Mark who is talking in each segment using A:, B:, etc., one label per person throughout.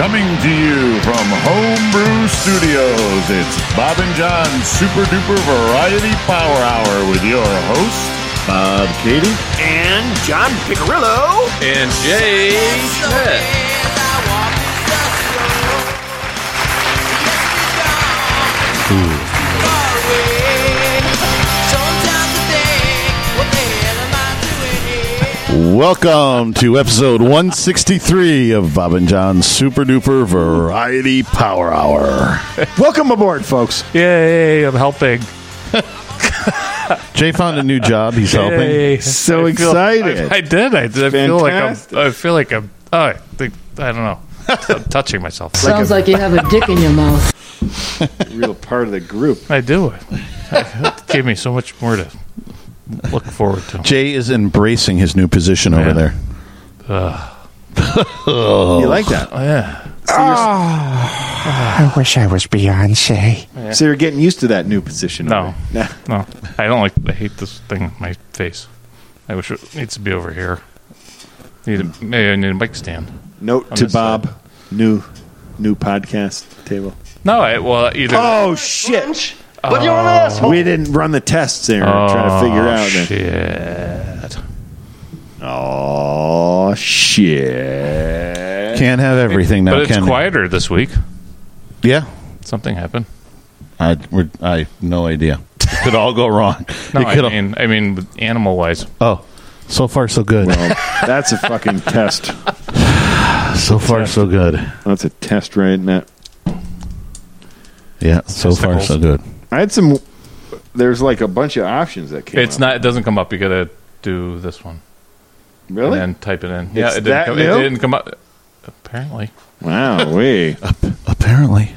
A: Coming to you from Homebrew Studios, it's Bob and John Super Duper Variety Power Hour with your host, Bob Katie.
B: and John Picarillo.
C: And Jay Schmidt.
A: Welcome to episode 163 of Bob and John's Super Duper Variety Power Hour.
D: Welcome aboard, folks.
E: Yay, I'm helping.
A: Jay found a new job. He's helping.
E: Yay.
D: So
E: I feel-
D: excited.
E: I, I did. I, did. I feel like I'm.
D: Fantastic.
E: I feel like I'm. Oh, I think I don't know. I'm touching myself.
F: Sounds like you have a dick in your mouth.
D: Real part of the group.
E: I do. It gave me so much more to look forward to.
A: Jay is embracing his new position over
E: Yeah.
A: there.
D: You like that?
E: Yeah.
G: I wish I was Beyonce.
D: So you're getting used to that new position.
E: No.
D: over.
E: No, I don't like. I hate this thing on my face. I wish it needs to be over here. Need a, maybe I need a mic stand.
D: Note
E: On
D: to
E: this side.
D: Bob, new new podcast table.
E: No, I well either.
D: Oh shit! We didn't run the tests there. trying to figure
E: Oh,
D: out. that-
E: shit.
D: Oh shit!
A: Can't have everything now,
E: but it's
A: can we?
E: quieter this week.
A: Yeah.
E: Something happened.
A: I, we're, I no idea. It could all go wrong.
E: No,
A: It could
E: I
A: all-
E: mean, I mean, animal wise.
A: oh, so far so good.
D: Well, that's a fucking test.
A: so far so good.
D: That's a test, right? in that.
A: Yeah, so far
E: Testicles.
A: so good.
D: I had some. There's like a bunch of options that came.
E: It's
D: up.
E: not. It doesn't come up. You gotta do this one
D: really.
E: and then type it in. yeah, it didn't,
D: that
E: come,
D: new?
E: it didn't come up. Apparently,
D: wow, we.
A: Apparently,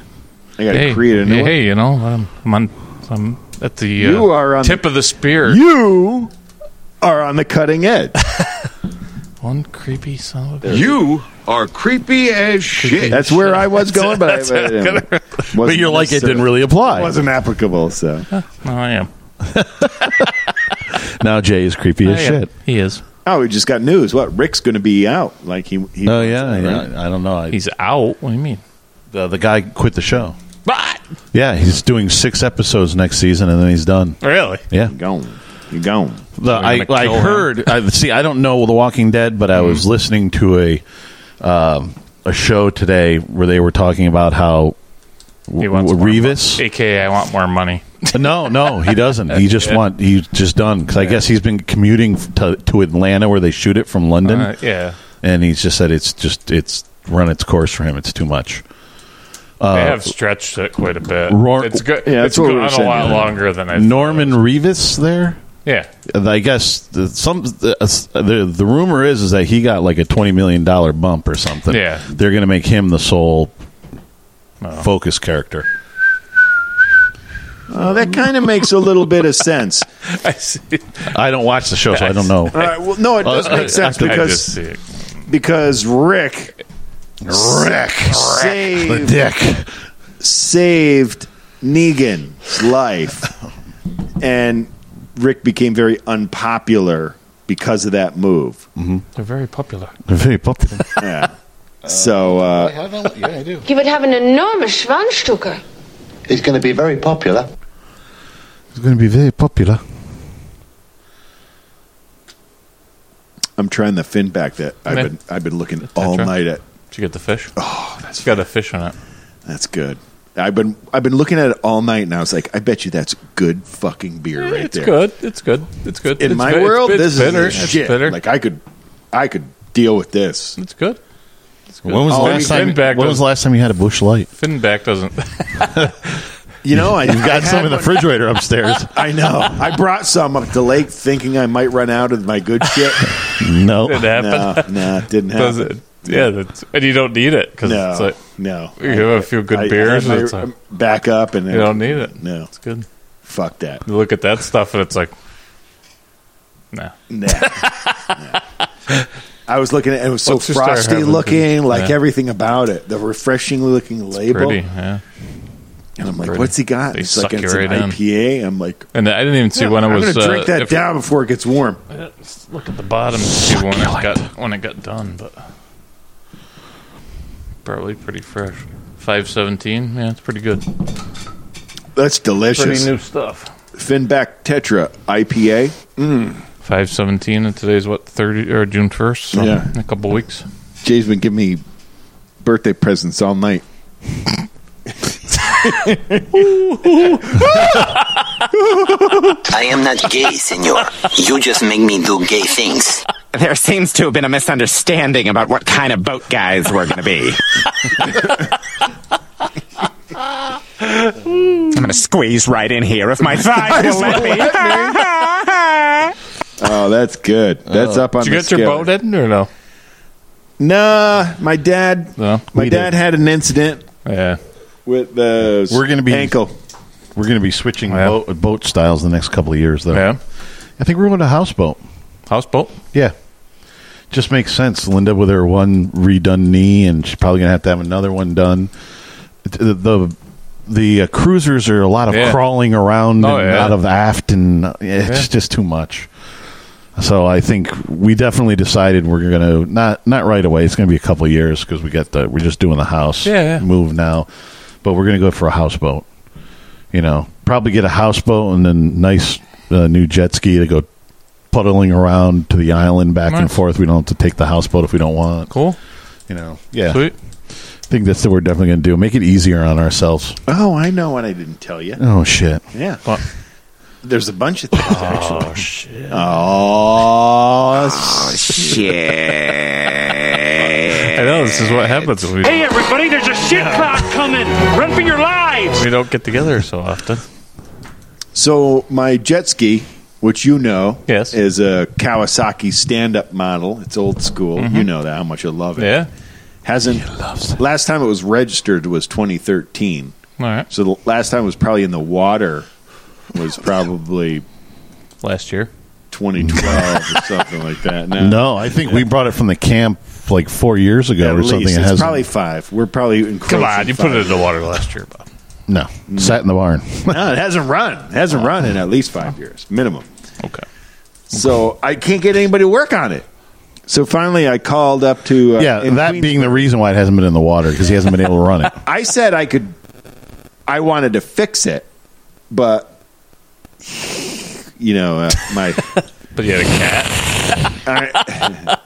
D: I gotta
E: hey,
D: create a new.
E: hey,
D: one.
E: you know, I'm, I'm on. I'm at the uh,
D: You are on
E: tip of the spear.
D: You are on the cutting edge.
E: one creepy son of a.
C: You are creepy as shit.
D: That's where I was going, but I,
A: but you're like it didn't really apply.
D: wasn't applicable. So
E: No, Oh, I am.
A: Now Jay is creepy as
E: I am.
A: shit.
E: He is.
D: oh, we just got news. What Rick's going to be out? Like he? he
A: Oh yeah, yeah.
D: Right?
A: I don't know. I,
E: He's out. What do you mean?
A: the, the guy quit the show.
E: But
A: Yeah, he's doing six episodes next season, and then he's done.
E: really,
A: Yeah,
D: Gone. You gone?
A: The- I,
E: gonna
A: I
E: kill him. Mm.
A: heard. I, see, I don't know The Walking Dead, but I was listening to a um, a show today where they were talking about how
E: he more
A: Revis.
E: money. AKA, I want more money.
A: No, no, he doesn't. He just want he's just done because I guess he's been commuting f- to, to Atlanta where they shoot it from London,
E: Uh, yeah,
A: and he's just said it's just it's run its course for him. It's too much.
E: they have stretched it quite a bit.
A: Roar-
E: it's good.
D: uh, Yeah, that's
E: it's
D: what we
E: gone
D: were
E: a
D: saying.
E: lot longer than I.
A: Norman Revis there.
E: Yeah,
A: I guess the, some the, uh, the the rumor is is that he got like a twenty million dollar bump or something.
E: Yeah. Oh.
A: they're going to make him the sole focus character.
D: Oh, that kind of makes a little bit of sense.
E: I see.
A: I don't watch the show, so I don't know.
D: All right. Well, no, it does
A: Uh,
D: make sense
A: I- I
E: I just
D: because
E: see it.
D: because Rick
A: Rick, the
D: saved
A: dick.
D: saved Negan's life, and Rick became very unpopular because of that move.
E: They're very popular.
A: Very popular.
D: Yeah. So
A: Um,
D: uh,
H: You would have an enormous Schwanzstucker.
I: He's going to be very popular.
A: It's going to be very popular.
D: I'm trying the fin back that I've
E: Yeah.
D: been I've been looking all
E: right.
D: night at.
E: Did you get the fish? Oh, that's got a fish on it.
D: That's good. I've been I've been looking at it all night, and I was like, I bet you that's good fucking beer right
E: Eh, it's
D: there.
E: good. It's good. It's good.
D: In
E: It's
D: my
E: bi- it's
D: world,
E: bi- it's
D: this
E: bitter.
D: is the
E: It's
D: shit.
E: bitter.
D: Like I could I could deal with this.
E: it's good.
A: When was the
D: Oh,
A: last
E: Finn
A: time?
E: back
A: when was
E: does-
A: the last time you had a bush light?
E: Finback doesn't.
D: You know, I
A: You've got some in the refrigerator upstairs.
D: I know. I brought some up the lake, thinking I might run out of my good shit.
A: No,
E: It
D: no,
E: happened.
D: no, it didn't happen.
E: Does it? Yeah, that's, and you don't need it because
D: No,
E: it's like
D: no.
E: you have a few good
D: I- I
E: beers.
D: had
E: and it's
D: my-
E: like,
D: back up, and
E: you don't need it.
D: No,
E: it's good.
D: fuck that.
E: You look at that stuff and it's like, nah.
D: Nah. Nah. I was looking at it, it was so
E: Let's just start
D: frosty
E: having
D: looking,
E: some-
D: like
E: yeah.
D: everything about it. The refreshingly looking label.
E: Pretty. Yeah.
D: And I'm like, what's he got?
E: They
D: It's like
E: suck you
D: it's an
E: right in.
D: IPA. I'm like,
E: And I didn't even see when it
D: I'm
E: was.
D: gonna drink
E: uh,
D: that
E: if-
D: down before it gets warm.
E: Let's look at the bottom and see when it got when it got done, but probably pretty fresh. Five seventeen, yeah, it's pretty good.
D: That's delicious.
E: stuff.
D: Finback Tetra IPA.
E: Five seventeen, and today's what thirty or June first? So
D: Yeah.
E: in a couple weeks.
D: Jay's been giving me birthday presents all night.
J: I am not gay, senor. You just make me do gay things.
G: There seems to have been a misunderstanding about what kind of boat guys we're going to be. I'm going to squeeze right in here if my thighs will let me.
D: Oh, that's good. That's up on
E: Did you
D: the
E: get your
D: scale.
E: boat in or no?
D: Nah, my dad.
E: No,
D: my
E: we
D: dad had an incident
E: Yeah.
D: with the
A: We're gonna be-
D: ankle.
A: We're going to be switching
E: Yeah.
A: boat, boat styles the next couple of years, though.
E: Yeah.
A: I think we're going to houseboat.
E: Houseboat?
A: Yeah. Just makes sense. Linda with her one redone knee, and she's probably going to have to have another one done. The the, the, uh, cruisers are a lot of
E: Yeah.
A: crawling around
E: Oh,
A: and
E: yeah.
A: out of aft, and uh, it's just too much. So I think we definitely decided we're going to not not right away. It's going to be a couple of years because we got the we're just doing the house
E: Yeah, yeah.
A: move now, but we're going to go for a houseboat. You know, probably get a houseboat and then nice uh, new jet ski to go puddling around to the island back and
E: Nice.
A: forth. We don't have to take the houseboat if we don't want.
E: Cool.
A: You know, yeah.
E: Sweet.
A: I think that's what we're definitely going to do. Make it easier on ourselves.
D: Oh, I know what I didn't tell you.
A: Oh shit!
D: Yeah.
E: What?
D: There's a bunch of things, actually. Oh, shit. Oh,
G: Shit.
E: I know this is what happens when we,
B: Hey, everybody, there's a shit cloud coming. Run for your lives.
E: we don't get together so often.
D: So my jet ski, which you know,
E: Yes.
D: is a Kawasaki stand-up model. It's old school. You know that how much you love it.
E: Mm-hmm. Yeah.
D: hasn't. Last time it was registered was 2013.
E: All right.
D: So the last time it was probably in the water was probably
E: Last year.
D: 2012 or something like that. Now,
A: No, I think we brought it from the camp like four years ago
D: at
A: or something.
D: least.
A: It
D: it's
A: has
D: probably five. We're probably encroaching
E: Come on, you put
D: five.
E: it in the water last year, Bob.
A: no sat in the barn.
D: No, it hasn't run. It hasn't run in at least five years minimum.
E: Okay.
D: So I can't get anybody to work on it. So finally, I called up to uh,
A: yeah,
D: in
A: that
D: Queens-
A: being the reason why it hasn't been in the water because he hasn't been able to run it.
D: I said I could. I wanted to fix it, but you know uh, my
E: But you had a cat,
D: I,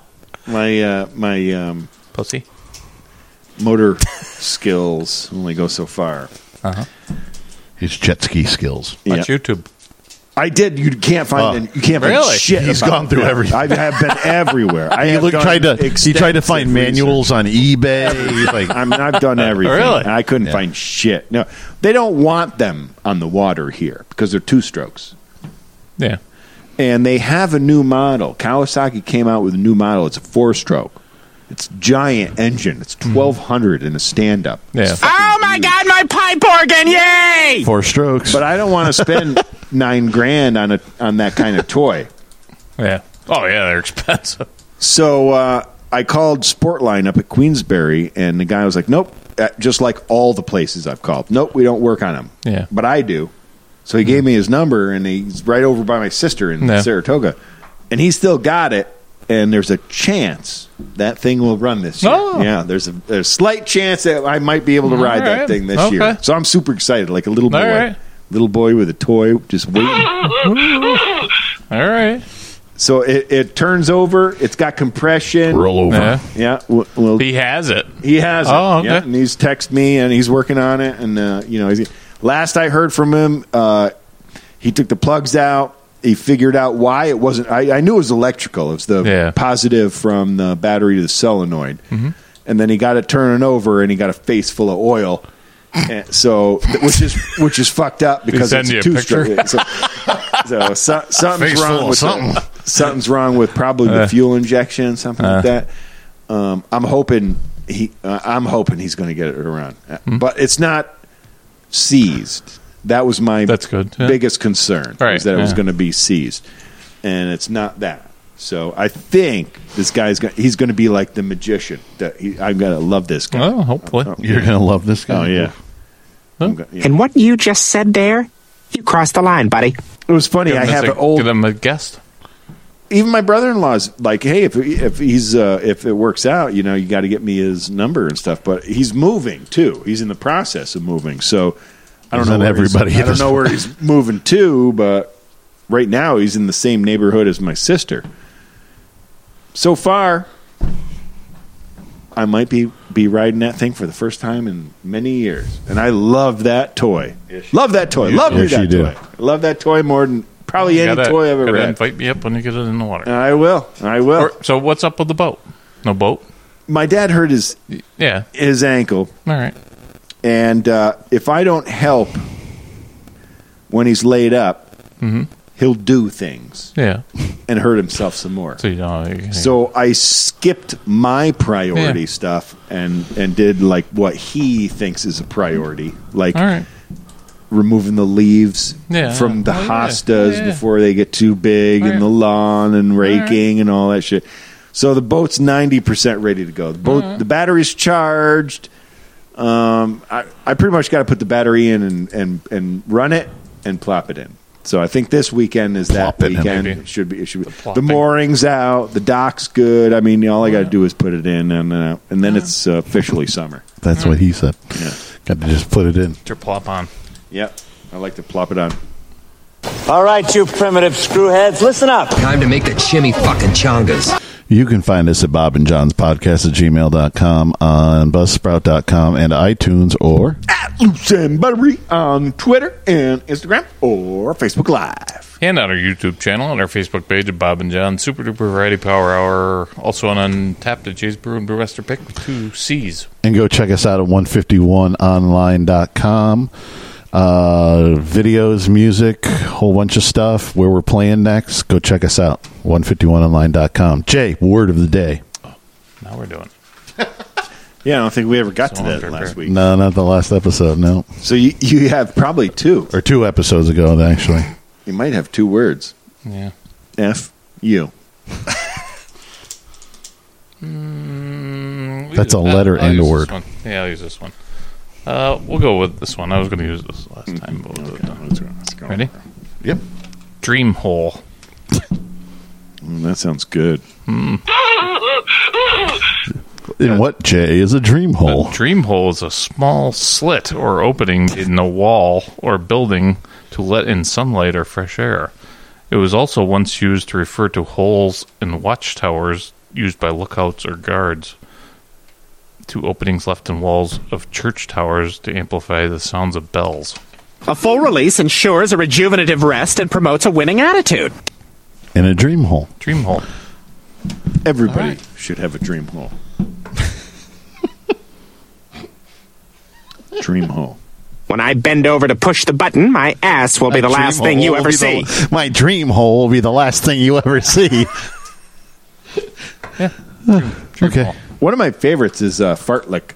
D: my uh, my um,
E: pussy.
D: motor skills only go so far.
E: Uh-huh.
A: His jet ski skills.
D: Yeah.
E: Watch YouTube.
D: I did. You can't find.
A: Oh.
D: you can't find
E: Really?
D: shit.
A: He's
D: about
A: gone through
D: that.
A: everything.
D: I have been everywhere. I
A: He
D: have
A: looked,
D: done
A: tried to he tried to
D: extensive
A: find
D: research.
A: manuals on eBay. He's like,
D: I mean, I've done everything.
E: Really?
D: And I couldn't find shit. No, they don't want them on the water here because they're two strokes.
E: Yeah.
D: and they have a new model. Kawasaki came out with a new model. It's a four stroke. It's giant engine. It's twelve hundred in a stand up.
E: Mm-hmm. Yeah.
G: Oh my god, my pipe organ! Yay!
A: four strokes.
D: But I don't want to spend nine grand on a on that kind of toy.
E: Yeah. Oh yeah, they're expensive.
D: So uh, I called Sportline up at Queensberry, and the guy was like, "Nope." Uh, Just like all the places I've called, nope, we don't work on them.
E: Yeah. Mm-hmm.
D: but I do. So he gave me his number, and he's right over by my sister in
E: Yeah.
D: Saratoga, and he still got it. And there's a chance that thing will run this year.
E: Oh.
D: Yeah, there's a, there's slight chance that I might be able to ride that
E: right.
D: thing this year.
E: Okay.
D: So I'm super excited, like a little boy,
E: All right.
D: little boy with a toy, just waiting.
E: All right.
D: so it, it turns over. It's got compression.
A: roll over.
E: Yeah.
D: Yeah, we'll, we'll
E: He has it.
D: He has.
E: Oh,
D: it.
E: okay.
D: Yeah, and he's text me, and he's working on it. And uh, you know, he's, last I heard from him, uh, he took the plugs out. He figured out why it wasn't. I, I knew it was electrical. It was the
E: Yeah. Mm-hmm.
D: positive from the battery to the solenoid. And then he got it turning over, and he got a face full of oil. And so, th- which is which is fucked up because
E: send
D: it's
E: you a
D: two
E: picture?
D: stroke. So, so, so- something's
A: Face full
D: wrong
A: of
D: with the-
A: something.
D: something's wrong with probably
E: Uh.
D: the fuel injection, something like that. Um, I'm hoping he, uh, I'm hoping he's going to get it around, Uh,
E: Hmm.
D: but it's not seized. That was my
E: That's good, yeah.
D: biggest concern
E: Right,
D: was that it was
E: yeah.
D: going to be seized, and it's not that. So I think this guy's going he's going to be like the magician. That he, I'm going to love this guy.
E: Oh, hopefully.
A: You're gonna love this guy.
D: Oh yeah. I'm go- yeah.
G: And what you just said there, you crossed the line, buddy.
D: It was funny.
G: Give
D: I
G: them
D: have
G: a-
D: an old.
G: give
E: them a guest.
D: Even my brother-in-law's like, "Hey, if if he's uh, if it works out, you know, you got to get me his number and stuff." But he's moving too. He's in the process of moving, so I don't
A: Isn't
D: know. Where
A: everybody
D: he's, I
A: at
D: don't
A: this
D: know where
A: point?
D: he's moving to, but right now he's in the same neighborhood as my sister. So far, I might be be riding that thing for the first time in many years, and I love that toy. love that toy.
E: You
D: love
E: do.
D: me
E: Yes,
D: that
E: you do.
D: toy. Love that toy more than probably any
E: Gotta-
D: toy I've ever
E: gotta
D: had.
E: Invite me up when you get it in the water.
D: I will. I will.
E: so what's up with the boat? No boat.
D: My dad hurt his
E: Yeah.
D: his ankle.
E: All right.
D: And uh, if I don't help when he's laid up,
E: Mm-hmm.
D: he'll do things.
E: Yeah.
D: And hurt himself some more.
E: So you know.
D: So I skipped my priority
E: Yeah.
D: stuff and and did like what he thinks is a priority, like
E: All right.
D: removing the leaves
E: Yeah.
D: from the
E: Oh, yeah.
D: hostas
E: Yeah, Oh, yeah.
D: before they get too big,
E: All
D: and
E: right.
D: the lawn and raking and all that shit. So the boat's ninety percent ready to go. The boat,
E: All right.
D: the battery's charged. Um, I, I pretty much got to put the battery in and, and and run it and plop it in. So I think this weekend is that
A: Plop it in,
D: weekend.
A: maybe.
D: It should be it should be the,
A: plopping.
D: moorings out. The dock's good. I mean, all I got to do is put it in and uh, and then it's uh, officially summer.
A: That's what he said. Got to just put it in.
E: Get your plop on.
D: Yep, I like to plop it on.
K: All right, you primitive screwheads, listen up. Time to make the chimmy fucking chongas.
A: You can find us at Bob and John's podcast at gmail.com, on buzzsprout.com, and iTunes, or
D: At Loose and Buttery on Twitter and Instagram or Facebook Live.
E: And on our YouTube channel and our Facebook page at Bob and John Super Duper Variety Power Hour. Also on Untapped at Jay's Brew and Brewmaster Pick with two C's.
A: and go check us out at 151online.com. Uh, videos, music, whole bunch of stuff. Where we're playing next, go check us out. 151online.com. Jay, word of the day.
E: Now we're doing. it.
D: Yeah, I don't think we ever got to that last week.
A: No, not the last episode. No,
D: So you, you have probably two.
A: or two episodes ago, actually.
D: You might have two words.
E: Yeah.
D: F you.
E: Mm, we
A: That's
E: did-
A: a letter
E: I'll
A: and a
E: use this
A: word.
E: one. Yeah, I'll use this one. Uh, we'll go with this one. I was going to use this last time, but we'll do it now. Ready?
A: Yep.
E: Dream hole.
D: Mm, that sounds good.
A: In what Jay is a dream hole?
E: Dream hole is a small slit or opening in the wall or building to let in sunlight or fresh air. It was also once used to refer to holes in watchtowers used by lookouts or guards, to openings left in walls of church towers to amplify the sounds of bells.
G: A full release ensures a rejuvenative rest and promotes a winning attitude.
A: In a dream hole.
E: Dream hole.
D: Everybody should have a dream hole. dream hole.
G: When I bend over to push the button, my ass will be the
A: My
G: last
A: dream
G: thing
A: hole
G: you
A: will
G: ever
A: be
G: see.
A: the- my dream hole will be the last thing you ever see. okay.
D: One of my favorites is uh, fartlick.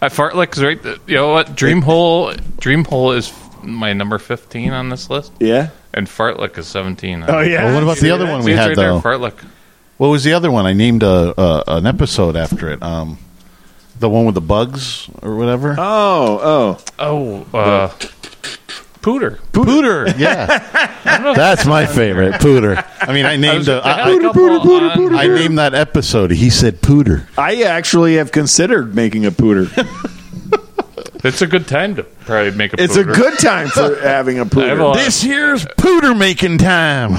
E: I fartlick is right. You know what? Dream hole. Dream hole is my number fifteen on this list.
D: Yeah.
E: And fartlick is seventeen.
A: Oh, yeah? Well, what about
E: See
A: the other
E: that?
A: one
E: See,
A: we
E: it's
A: had,
E: right there,
A: though?
E: fartlick.
A: What was the other one? I named a, a an episode after it. Um, the one with the bugs or whatever.
G: Uh,
D: Oh, oh,
E: oh, uh, pooter.
A: Pooter. Yeah, that's my favorite. Pooter. I mean, I named a, I, I, I named that episode. He said Pooter.
D: I actually have considered making a pooter.
E: It's a good time to probably make a.
D: It's a
E: pooter.
D: good time for having a
E: I have a
D: pooter.
G: Uh,
E: lot-
A: This here's Pooter making time.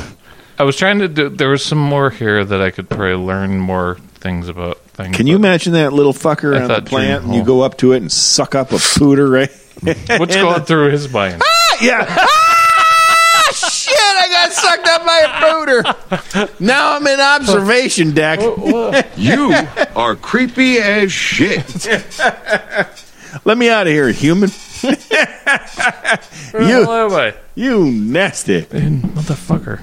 E: I was trying to do. There was some more here that I could probably learn more things about. Things.
D: Can you imagine that little fucker
E: I
D: on the
E: thought dream
D: plant and you
E: hole.
D: go up to it and suck up a pooter, right?
E: What's going through his mind?
D: Yeah. Ah, shit, I got sucked up by a pooter. Now I'm in observation deck.
L: You are creepy as shit.
D: Let me out of here, human. you,
E: Boy,
D: you nasty.
E: motherfucker.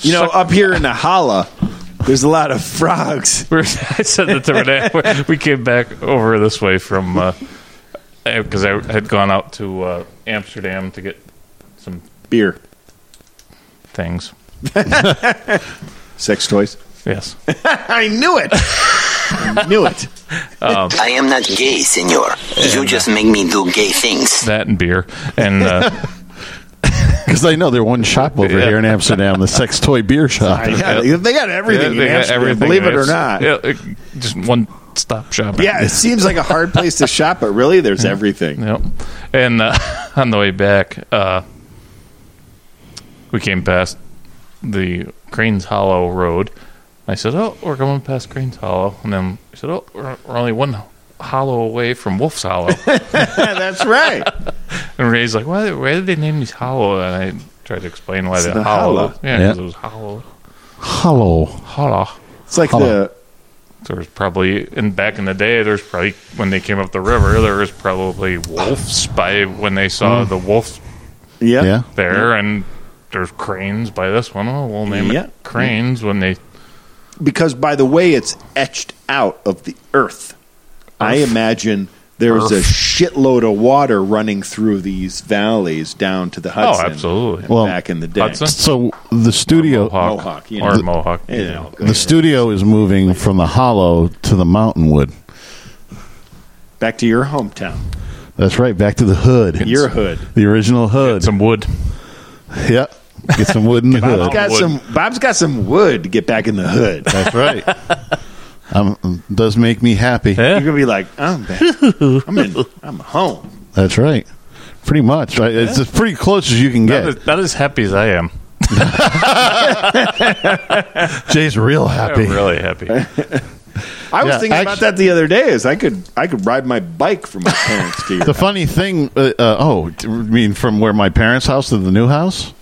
D: You know,
E: Suck-
D: up here in the holla, there's a lot of frogs.
E: We were- I said that to Renee. We came back over this way from because I had gone out to uh, Amsterdam to get some
D: Beer,
E: things.
D: sex toys.
E: Yes,
D: I knew it. Knew it.
E: Um,
J: I am not gay, senor. You just make me do gay things.
E: that and beer and uh,
A: Because I know they're one shop over here in Amsterdam, the sex toy beer shop.
E: Yeah, they got everything in Amsterdam. Yeah, it- just one stop shop.
D: Yeah, it seems like a hard place to shop, but really, there's everything.
E: Yep. And uh, on the way back, uh, we came past the Cranes Hollow Road. I said, "Oh, we're going past Cranes Hollow," and then I said, "Oh, we're, we're only one hollow away from Wolf's Hollow."
D: That's right.
E: and Ray's like, "Why? Why did they name these hollow?" And I tried to explain why
D: It's
E: they're
D: the
E: hollow.
D: hollow.
E: Yeah,
A: Yeah.
E: 'cause it was hollow.
A: Hollow.
E: Hollow.
D: It's like
A: Hollow.
E: the. There was probably, and back in the day, there's probably when they came up the river, there was probably wolves by when they saw the wolf
D: Yeah.
A: Yeah.
E: there, and there's cranes by this one. Oh, we'll name
D: Yeah.
E: it cranes when they.
D: Because by the way, it's etched out of the earth. I imagine there's a
E: Earth.
D: shitload of water running through these valleys down to the Hudson.
E: absolutely.
A: Well,
D: back in the day.
A: So the studio,
E: Mohawk,
D: Mohawk, you
E: or
D: know.
E: Mohawk.
D: You know.
A: the studio is moving from the hollow to the mountain wood.
D: Back to your hometown,
A: That's right, back to the hood.
D: your hood.
A: the original hood.
E: Some wood.
A: yeah, get some wood in the
D: Bob's
A: hood.
D: got
E: Wood.
D: some. Bob's got some wood to get back in the hood.
A: That's right. Um, does make me happy.
D: You're gonna be like, I'm back. I'm in. I'm home.
A: That's right. Pretty much. Right? It's as pretty close as you can
E: Not,
A: get.
E: as, not as happy as I am.
A: Jay's real happy.
E: I'm really happy.
D: I was
A: Yeah,
D: thinking about
A: actu-
D: that the other day. Is I could I could ride my bike from my parents to your.
A: The funny thing, uh, uh, oh, I mean, from where my parents' house to the new house?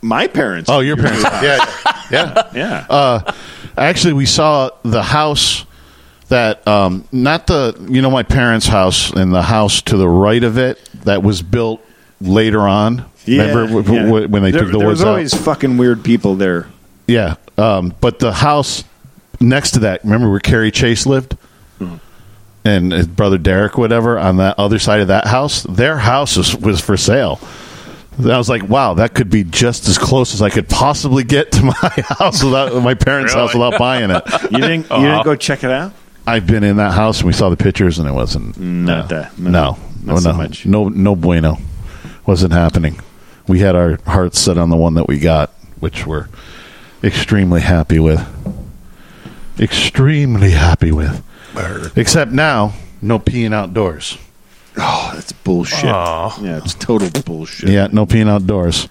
D: my parents.
A: Oh, your parents. yeah, yeah.
D: yeah.
A: Uh, actually, we saw the house that um, not the you know my parents' house and the house to the right of it that was built later on. Remember w- w-
D: yeah.
A: when they
D: there,
A: took the
D: there
A: woods
D: was
A: out?
D: always fucking weird people there.
A: Yeah, um, but the house next to that, remember where Carrie Chase lived,
D: Hmm.
A: and his brother Derek, whatever, on that other side of that house, their house was, was for sale. And I was like, wow, that could be just as close as I could possibly get to my house without my parents' house
E: Really?
A: without buying it.
D: You didn't you
A: uh-huh.
D: didn't go check it out?
A: I've been in that house and we saw the pictures, and it wasn't
D: Not that-
A: no, no,
D: not
A: no,
D: so much.
A: no, no bueno, wasn't happening. We had our hearts set on the one that we got, which we're extremely happy with, extremely happy with. Except now, no peeing outdoors.
D: Oh, that's bullshit.
E: Aw.
D: Yeah, it's total bullshit.
A: Yeah, no peeing outdoors.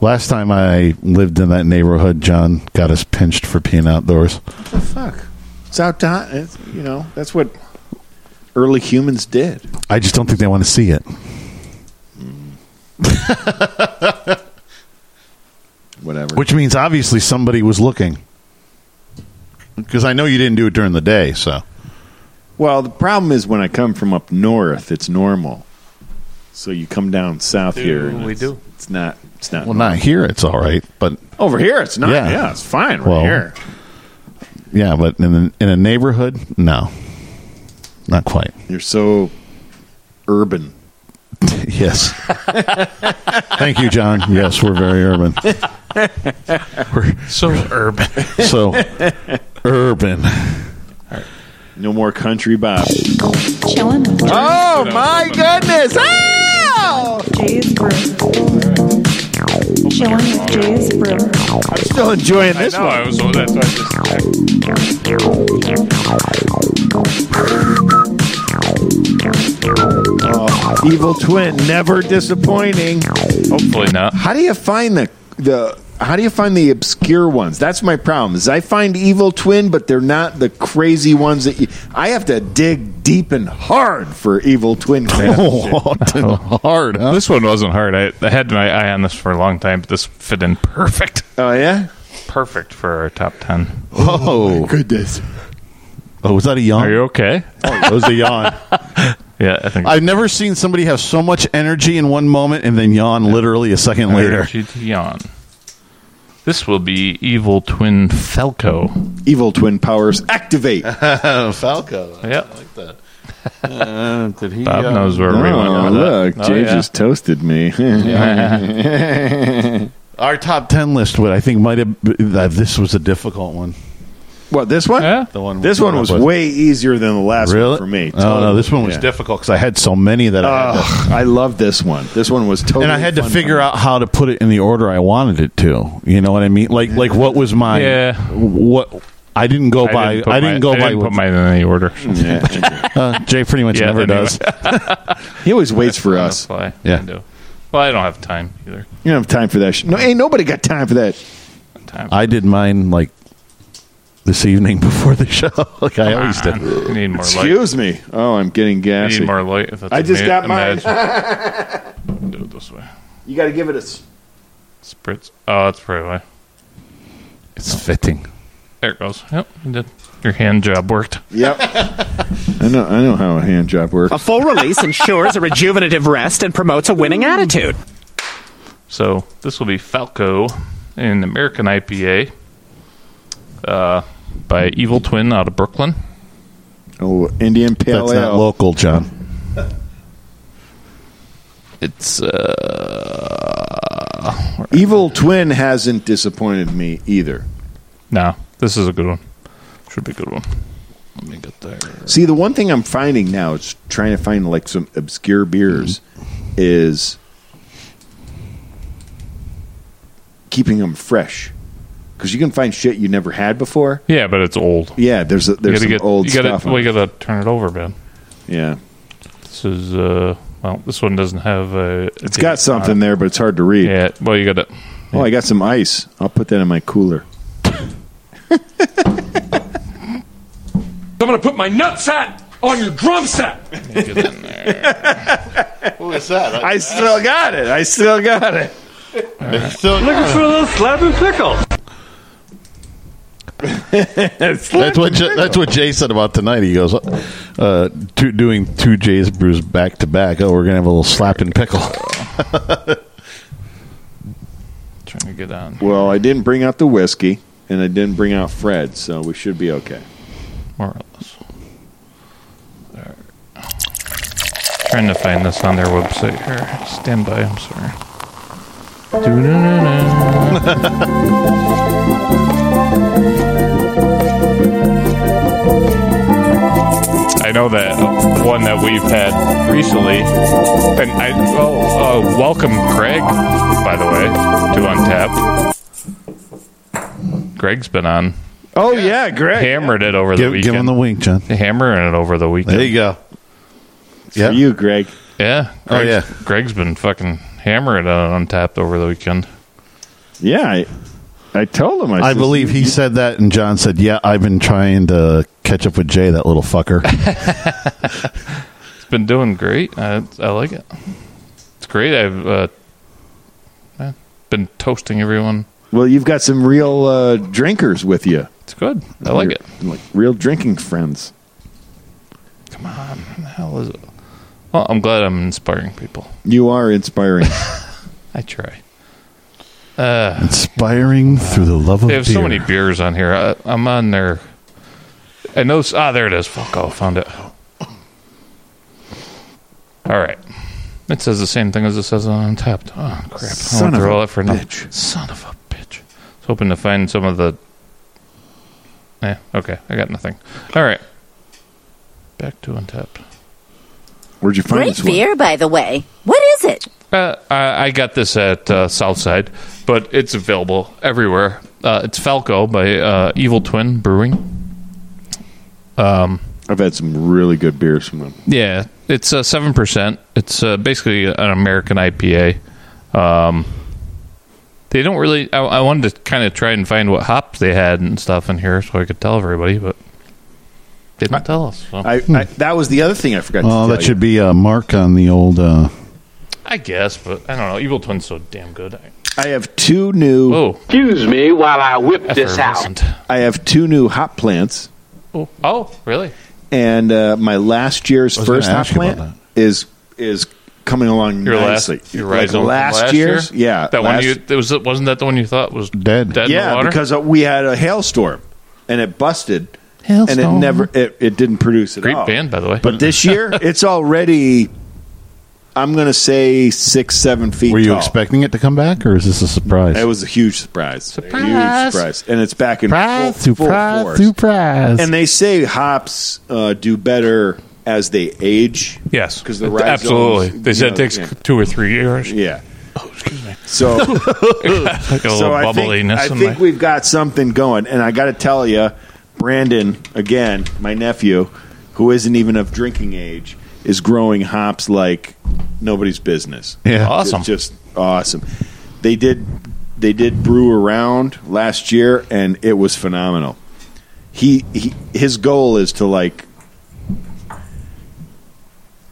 A: Last time I lived in that neighborhood, John got us pinched for peeing outdoors.
D: What the fuck? It's out to it's, you know, that's what early humans did.
A: I just don't think they want to see it.
D: Whatever.
A: Which means obviously somebody was looking. Because I know you didn't do it during the day, so
D: well, the problem is when I come from up north, it's normal. So you come down south here. and
E: we
D: it's-
E: do.
D: It's not. It's not.
A: well, not here it's all right, but
D: over here. It's not. Yeah,
A: Yeah.
D: it's fine right
A: Well-
D: here.
A: yeah, but in a, in a neighborhood, no, not quite.
D: You're so urban.
A: yes, thank you, John. Yes, we're very urban,
E: So urban.
A: so urban.
D: No more country, Bob.
M: Chilling.
D: Oh my goodness! Oh!
M: Jay's brew. Chilling with Jay's brew.
D: I'm still enjoying this
E: No, I
D: one.
E: was. That's why I just.
D: Evil twin, never disappointing.
E: Hopefully not.
D: How do you find the the how do you find the obscure ones? That's my problem. Is I find evil twin, but they're not the crazy ones that you. I have to dig deep and hard for evil twin.
A: Oh, hard, huh?
E: This one wasn't hard. I, I had my eye on this for a long time, but this fit in perfect.
D: oh yeah,
E: Perfect for our top ten.
A: Oh,
D: goodness.
A: oh, was that a yawn?
E: Are you okay?
A: That was a yawn.
E: Yeah, I think.
A: I've never seen somebody have so much energy in one moment and then yawn literally a second later.
E: Allergy to yawn. This will be Evil Twin Falco.
D: Evil twin powers activate.
A: Falco.
E: Yeah.
A: that.
E: did he, uh, Bob knows where we went with that. Oh, yeah.
D: toasted me.
A: Our top ten list would I think might have. been- uh, This was a difficult one.
D: What this one?
A: The one
D: This one was way easier than the last one for me.
A: Oh no, this one was
D: Yeah.
A: difficult because I had so many that I had to
D: Ugh, I love this one. This one was totally.
A: and I had to
D: fun.
A: figure out how to put it in the order I wanted it to. You know what I mean? Like like what was my
E: Yeah.
A: what I didn't go by I didn't,
E: put my-
A: go
E: I
A: by
E: didn't put
A: what-
E: mine in any order.
A: uh, Jay pretty much
E: Yeah,
A: never
E: anyway.
A: does.
D: He always waits for us.
E: Fly.
A: Yeah.
E: I do. Well, I don't have time either.
D: You don't have time for that. Sh- no, ain't nobody got time for that.
A: I did mine like this evening before the show. like I
E: Come
A: always did.
E: on. You need more light.
D: Excuse me. Oh, I'm getting
E: You
D: gassy.
E: need more light. If that's
D: I just
E: ama-
D: got mine.
E: imagine- Do it this way.
D: you got to give it a. s-
E: Spritz. Oh, that's probably why.
A: It's fitting.
E: There it goes. Yep, you did. Your hand job worked.
D: Yep. I know. I know how a hand job works.
G: A full release ensures a rejuvenative rest and promotes a winning attitude.
E: So this will be Falco in American IPA uh, by Evil Twin out of Brooklyn.
D: Oh, Indian pale
A: That's
D: ale.
A: not local, John.
E: It's uh,
D: Evil Twin hasn't disappointed me either.
E: no, this is a good one. Should be a good one. Let me get there.
D: See, the one thing I'm finding now is trying to find like some obscure beers is keeping them fresh because you can find shit you never had before.
E: Yeah, but it's old.
D: Yeah, there's a, there's
E: you gotta
D: some
E: get,
D: old
E: you gotta,
D: stuff. on
E: Well,
D: it.
E: you gotta turn it over, man.
D: yeah,
E: This is uh, well, this one doesn't have a.
D: it's got something there, but it's hard to read.
E: Yeah, well, you got it.
D: Oh, I got some ice. I'll put that in my cooler.
B: I'm gonna put my nutsack on your drum set.
A: What was that?
D: I still got it. I still got it.
B: Looking for a little slab and pickle.
A: That's what Jay, that's what Jay said about tonight. He goes, uh, two, doing two Jay's brews back to back. Oh, we're gonna have a little slap and pickle.
E: Trying to get on
D: Well, I didn't bring out the whiskey, and I didn't bring out Fred, so we should be okay.
E: more or less. There. Trying to find this on their website here. Stand by. I'm sorry. I know that one that we've had recently, and I oh uh, welcome Craig, by the way, to Untap. Greg's been on,
D: Oh yeah, Greg.
E: hammered it over the
A: give, give
E: weekend,
A: him the wink, John.
E: hammering it over the weekend.
A: There you go.
D: For you, Greg.
E: Yeah,
A: Oh,
E: Greg's-
A: yeah.
E: Greg's been fucking hammering it on Untapped over the weekend.
D: Yeah, I, I told him. I,
A: I
D: says,
A: believe he said that, and John said, "Yeah, I've been trying to catch up with Jay, that little fucker."
E: It's been doing great. I, I like it. It's great. I've uh, eh, been toasting everyone.
D: Well, you've got some real uh, drinkers with you.
E: It's good. I like it.
D: You're, Like real drinking friends.
E: Come on, the hell is it? Well, I'm glad I'm inspiring people.
D: You are inspiring.
E: I try. Uh,
A: Inspiring through the love of
D: Oh,
E: they have
A: beer.
E: so many beers on here. I, I'm on their. I know. Ah, there it is. Fuck! I found it. All right. It says the same thing as it says on Untapped. Oh crap! I
D: Son
E: went
D: of
E: through
D: a
E: all that for nothing.
D: bitch.
E: Son of a bitch. I was hoping to find some of the. Eh, okay. I got nothing. All right. Back to Untapped.
D: Where'd you find
N: Great
D: this one?
N: beer, by the way. What is it?
E: Uh, I, I got this at uh, Southside, but it's available everywhere. Uh, it's Falco by uh, Evil Twin Brewing. Um,
D: I've had some really good beers from them.
E: yeah, it's uh, seven percent. It's uh, basically an American IPA. Um, they don't really. I, I wanted to kind of try and find what hops they had and stuff in here, so I could tell everybody, but they didn't tell us. So.
D: I, I that was the other thing I forgot. to
A: Oh,
D: tell
A: that
D: you.
A: should be a mark on the old. Uh,
E: I guess, but I don't know. Evil Twin's so damn good. I,
D: I have two new.
E: oh,
K: Excuse me while I whip
E: effervescent.
D: I have two new hot plants,
E: Oh, oh, really?
D: and uh, my last year's
A: I was gonna
D: first hot
A: ask you about
D: plant is is coming along
E: Your last,
D: nicely.
E: your
D: Like
E: rhizome from
D: last,
E: last
D: year's,
E: year?
D: yeah,
E: That
D: last-
E: one you it was wasn't that the one you thought was
A: Dead.
E: Dead in the
D: yeah,
E: water.
D: because uh, we had a hailstorm and it busted,
A: Oh,
D: and it
E: Hailstorm.
D: never it, it didn't produce at
E: great
D: all.
E: band by the way.
D: But this year, it's already I'm going to say six, seven feet.
A: Were you
D: tall.
A: expecting it to come back, or is this a surprise?
D: It was a huge surprise. Surprise. Huge surprise. And it's back in
A: Surprise,
D: full, full
A: surprise,
D: force.
A: surprise.
D: And they say hops uh, do better as they age.
E: Yes.
D: Because the rhizomes,
E: Absolutely. They
D: you
E: said
D: know,
E: it takes
D: yeah.
E: two or three years.
D: Yeah. So,
E: Like a
D: so
E: little
D: I think,
E: bubbliness
D: I
E: in
D: think
E: my-
D: we've got something going. And I got to tell you, Brandon, again, my nephew, who isn't even of drinking age, is growing hops like nobody's business.
A: Yeah.
D: It's
A: Awesome.
D: just awesome. They did they did brew around last year, and it was phenomenal. He, he his goal is to like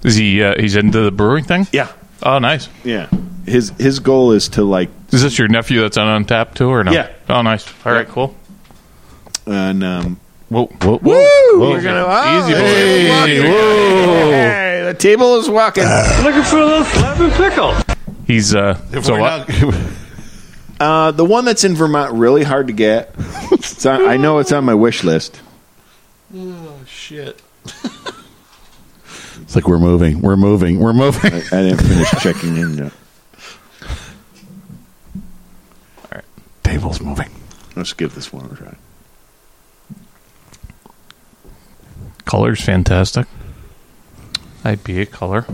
E: Is he? Uh, he's into the brewing thing.
D: Yeah.
E: Oh, nice.
D: Yeah. His his goal is to like.
E: Is this your nephew that's on Untapped too, or no?
D: Yeah.
E: Oh, nice. All right, cool.
D: and um
E: whoa
A: whoa
D: whoa,
E: Whoa.
D: We're gonna,
E: Easy boy.
D: hey,
E: whoa.
D: Hey, the table is walking.
B: Looking for a little slap pickle.
E: He's uh. So what?
D: Uh, the one that's in Vermont really hard to get. It's on, I know it's on my wish list.
A: Oh shit! It's like we're moving, we're moving, we're moving. I,
D: didn't finish checking in yet.
A: Table's moving.
D: Let's give this one a try.
E: Color's fantastic. IPA color.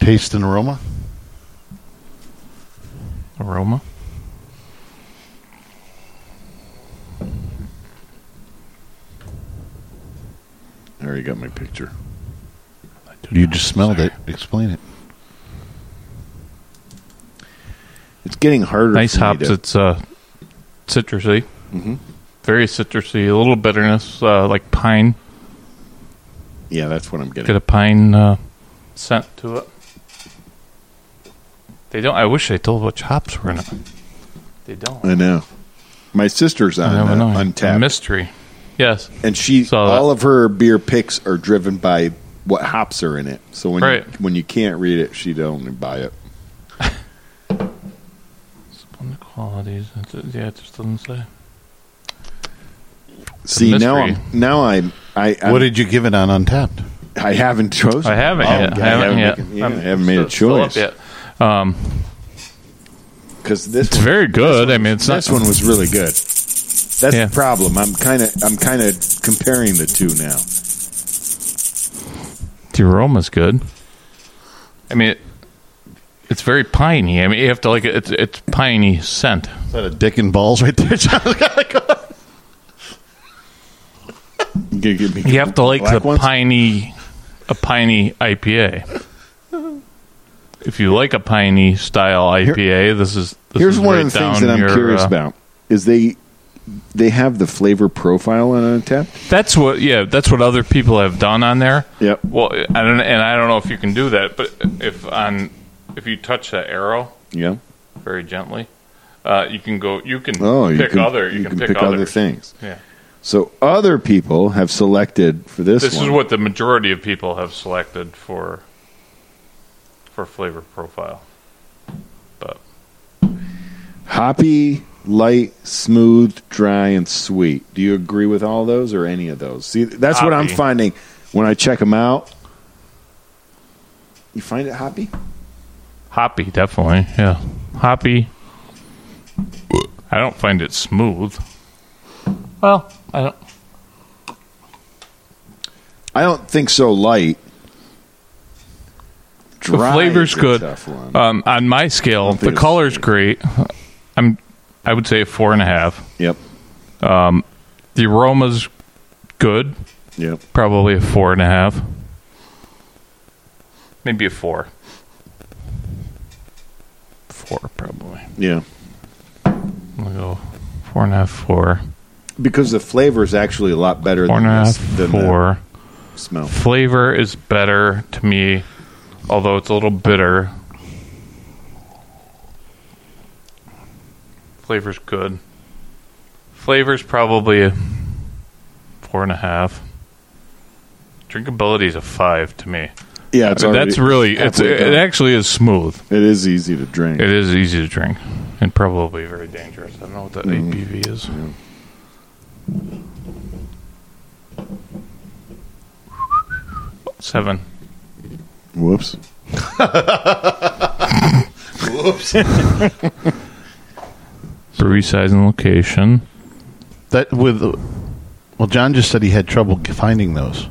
A: Taste and aroma.
E: Aroma.
D: I already got my picture.
A: You just smelled it. Explain it.
D: It's getting harder.
E: Nice
D: for me
E: hops.
D: to-
E: It's uh, citrusy.
D: Mhm.
E: Very citrusy. A little bitterness, uh, like pine.
D: yeah, that's what I'm getting.
E: Get a pine uh, scent to it. They don't. I wish they told which hops were in it. They don't.
D: I know. My sister's on
E: I never
D: uh,
E: know.
D: Untapped.
E: mystery. Yes.
D: and she all of her beer picks are driven by what hops are in it. So when you,
E: Right.
D: when you can't read it, she'd only buy it.
E: One of the qualities. It's- Yeah, it just doesn't say.
D: See now
E: mystery.
D: I'm now I'm I I'm,
A: what did you give it on Untapped?
D: I haven't chosen.
E: I haven't
D: Oh,
E: yet. I haven't yet.
D: making- yeah, I
E: I'm
D: haven't made a
E: still up
D: choice
E: yet. Um,
D: because this
E: it's very good. I mean, it's
D: this
E: not,
D: one was really good. That's
E: Yeah.
D: the problem. I'm kind of I'm kind of comparing the two now.
E: The aroma's good. I mean, it, it's very piney. I mean, you have to like it. It's, it's piney scent.
A: Is that a dick and balls right there, John?
D: You gonna give me
E: You have to like
D: black
E: the
D: ones?
E: piney, a piney IPA. If you like a piney style IPA, this is this
D: Here's
E: is
D: one
E: right
D: of the things
E: down
D: that I'm
E: your,
D: curious
E: uh,
D: about is they they have the flavor profile on Untapped.
E: That's what, yeah, that's what other people have done on there.
D: Yep.
E: Well, I don't, and I don't know if you can do that, but if on, if you touch that arrow
D: Yeah.
E: very gently, uh, you can go, you can
D: Oh, you
E: pick
D: can,
E: other, you, can, pick,
D: other
E: others.
D: things.
E: Yeah.
D: So other people have selected for this.
E: This,
D: one.
E: is what the majority of people have selected for, for flavor profile. But
D: Hoppy, light, smooth, dry, and sweet. Do you agree with all those or any of those? See, that's what I'm
E: Hoppy.
D: finding when I check them out. You find it hoppy?
E: hoppy, definitely, yeah, hoppy. I don't find it smooth. Well, I don't.
D: I don't think so. Light. Dry
E: the flavor's
D: is a
E: good.
D: tough one.
E: Um, on my scale, the
D: think it's
E: color's great. I'm, I would say a four and a half.
D: Yep.
E: Um, the aroma's good,
D: Yep.
E: probably a four and a half, maybe a four. Four probably.
D: Yeah.
E: We'll go four and a half, four,
D: Because the flavor is actually a lot better
E: four
D: than,
E: and a half,
D: this, than the
E: four.
D: smell.
E: Flavor is better to me, although it's a little bitter. Flavor's good. Flavor's probably a four and a half. Drinkability is a five to me.
D: Yeah, it's
E: I mean,
D: already
E: that's really it's
D: halfway
E: it,
D: done.
E: actually is smooth.
D: It is easy to drink.
E: It is easy to drink and probably very dangerous. I don't know what that
D: Mm.
E: ABV is. Seven.
D: Whoops.
A: Whoops.
E: Brewery size and location.
A: that with well, John just said he had trouble g- finding those.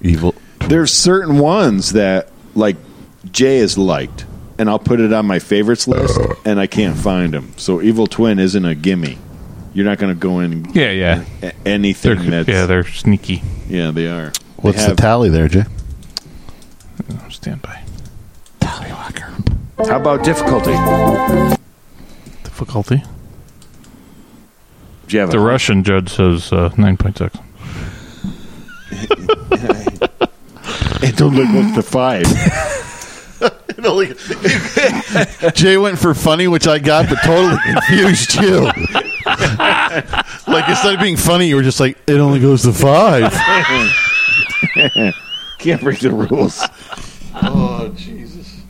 A: Evil.
D: There's certain ones that like Jay has liked, and I'll put it on my favorites list, and I can't find them. So Evil Twin isn't a gimme. You're not going to go in
E: Yeah, yeah.
D: a- anything
E: They're-
D: that's
E: yeah, they're sneaky.
D: yeah they are.
A: What's
D: they
A: the tally there, Jay?
E: Stand by.
D: How about difficulty?
E: Difficulty.
D: Do you have
E: The
D: a-
E: Russian judge says uh, 9.6.
D: It only went to five.
A: Jay went for funny, which I got, but totally confused you. like instead of being funny, you were just like, "It only goes to five.
D: Can't break the rules.
A: oh Jesus!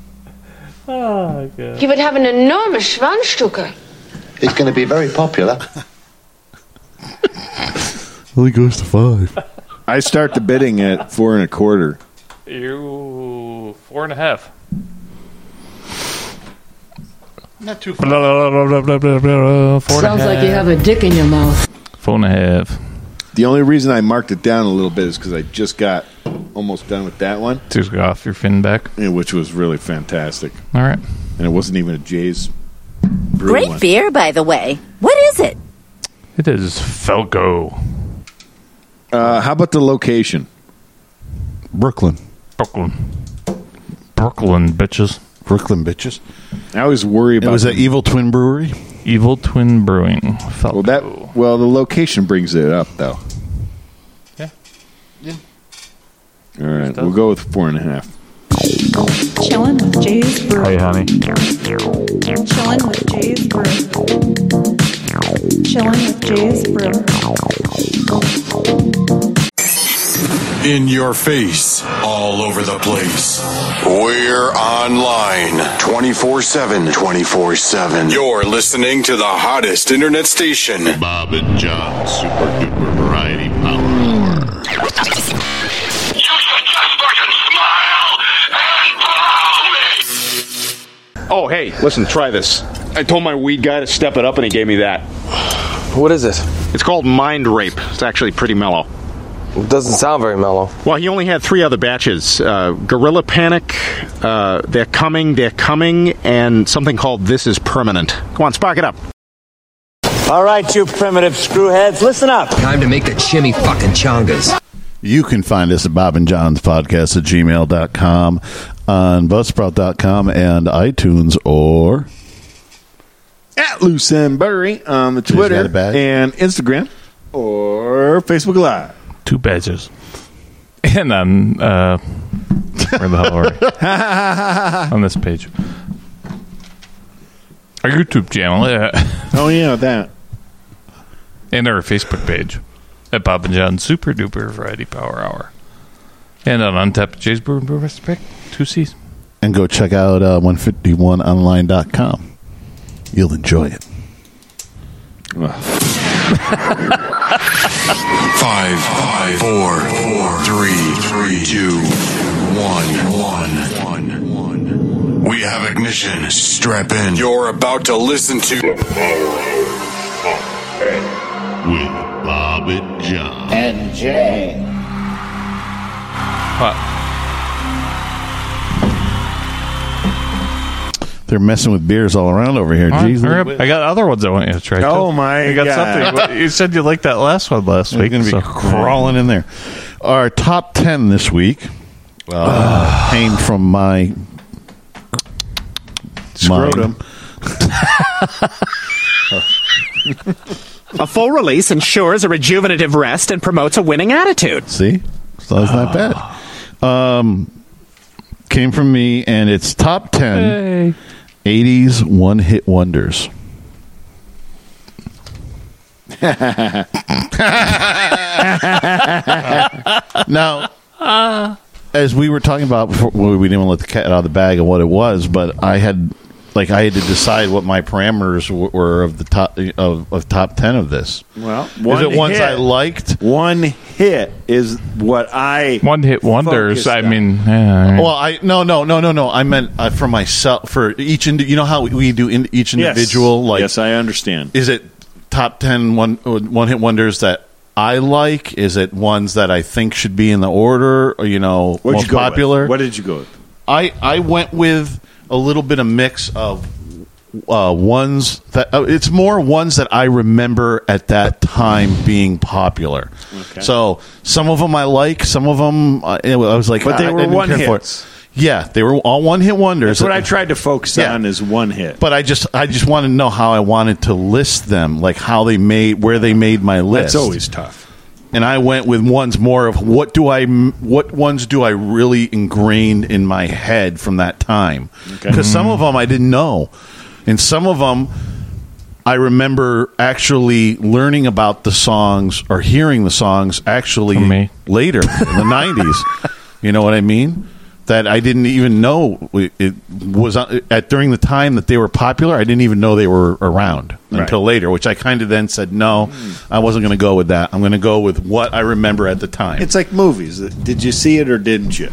O: Oh, God. You would have an enormous Schwanzstucker.
I: It's going to be very popular.
A: Only goes to five.
D: I start the bidding at four and a quarter.
E: You four and a half.
A: Not too
E: Blah, blah, blah, blah, blah, blah, blah, four and a
F: Sounds like you
E: half.
F: have a dick in your mouth.
E: Four and a half.
D: The only reason I marked it down a little bit is because I just got almost done with that one,
E: Took off your fin back.
D: eh, which was really fantastic,
E: All right.
D: and it wasn't even a Jay's. brew
N: Great
D: one.
N: beer, by the way. What is it?
E: It is Felco.
D: Uh, how about the location?
A: Brooklyn.
E: Brooklyn. Brooklyn, bitches.
A: Brooklyn, bitches.
D: I always worry
A: It
D: about.
A: was at Evil Twin Brewery.
E: Evil Twin Brewing. Felco.
D: well, that well, the location brings it up though.
E: Yeah.
A: Yeah.
D: All right, we'll go with four and a half.
M: Chillin' with Jay's Brew.
E: Hey, honey.
M: Chillin' with Jay's Brew. Chillin' with Jay's Brew.
P: In your face, all over the place. We're online 24 7. 24 7. You're listening to the hottest internet station Bob and John Super Duper Variety Power.
Q: Oh, hey, listen, try this. I told my weed guy to step it up, and he gave me that. What is it? It's called Mind Rape. It's actually pretty mellow. It doesn't sound very mellow. Well, he only had three other batches uh, Gorilla Panic, uh, They're Coming, They're Coming, and something called This Is Permanent. Come on, spark it up.
K: All right, you primitive screwheads, listen up. Time to make the chimmy fucking chongas.
A: You can find us at Bob and John's podcast at gmail.com, on buzzsprout.com, and iTunes, or
D: At Lucenberry on the Twitter
A: got a badge?
D: and Instagram or Facebook Live.
E: Two badges. And on, uh, where the hell are we? on this page. Our YouTube channel. Yeah.
D: Oh yeah, that.
E: and our Facebook page at Bob and John Super Duper Variety Power Hour. And on Untapped Jay's Brew and Brew Pick, two C's.
A: and go check out uh, 151online.com. You'll enjoy it.
P: Five, five, four, four, three, three, two, one, one, one, one. We have ignition. Strap in. You're about to listen to with Bob and John and Jay.
E: Uh,
A: They're messing with beers all around over here.
E: All right,
A: Jeez,
E: hurry up. I got other ones I want you to try. too.
D: Oh, my
E: I got
D: God.
E: something. You said you liked that last one last
A: They're
E: week.
A: going to be
E: so-
A: crawling in there. Our top 10 this week uh, came from my
D: Scrotum.
G: A full release ensures a rejuvenative rest and promotes a winning attitude.
A: See? So that's not bad. Um, came from me, and it's top 10 80s one hit wonders. now, as we were talking about before, well, we didn't want to let the cat out of the bag of what it was, but I had like I had to decide what my parameters w- were of the top of, of top ten of this.
D: Well,
A: is it ones I liked?
D: One hit is what I
A: one hit
D: wonders, I
A: mean,
E: yeah.
A: well, I no no no no no. I meant uh, for myself for each. Indi- you know how we, we do in, each individual. Like yes,
D: I understand.
A: Is it top 10 one one hit wonders that? I like is it ones that I think should be in the order, or, you know,
D: What'd
A: most
D: you go with?
A: popular.
D: What did you go with?
A: I I went with a little bit of mix of uh, ones that uh, it's more ones that I remember at that time being popular.
D: Okay.
A: So some of them I like, some of them I, I was like, "Ah,
D: But they
A: I- I
D: were
A: didn't care
D: one-hits.
A: for it. Yeah, they were all one hit wonders.
D: That's what I tried to focus on is one hit.
A: But I just I just wanted to know how I wanted to list them, like how they made where they made my list.
D: That's always tough.
A: And I went with ones more of what do I what ones do I really ingrained in my head from that time?
D: Okay.
A: Because some of them I didn't know, and some of them I remember actually learning about the songs or hearing the songs actually later in the nineties. You know what I mean? That I didn't even know it it was uh, at during the time that they were popular. I didn't even know they were around
D: Right.
A: until later, which I kind of then said, no, I wasn't going to go with that. I'm going to go with what I remember at the time.
D: It's like movies. Did you see it or didn't you?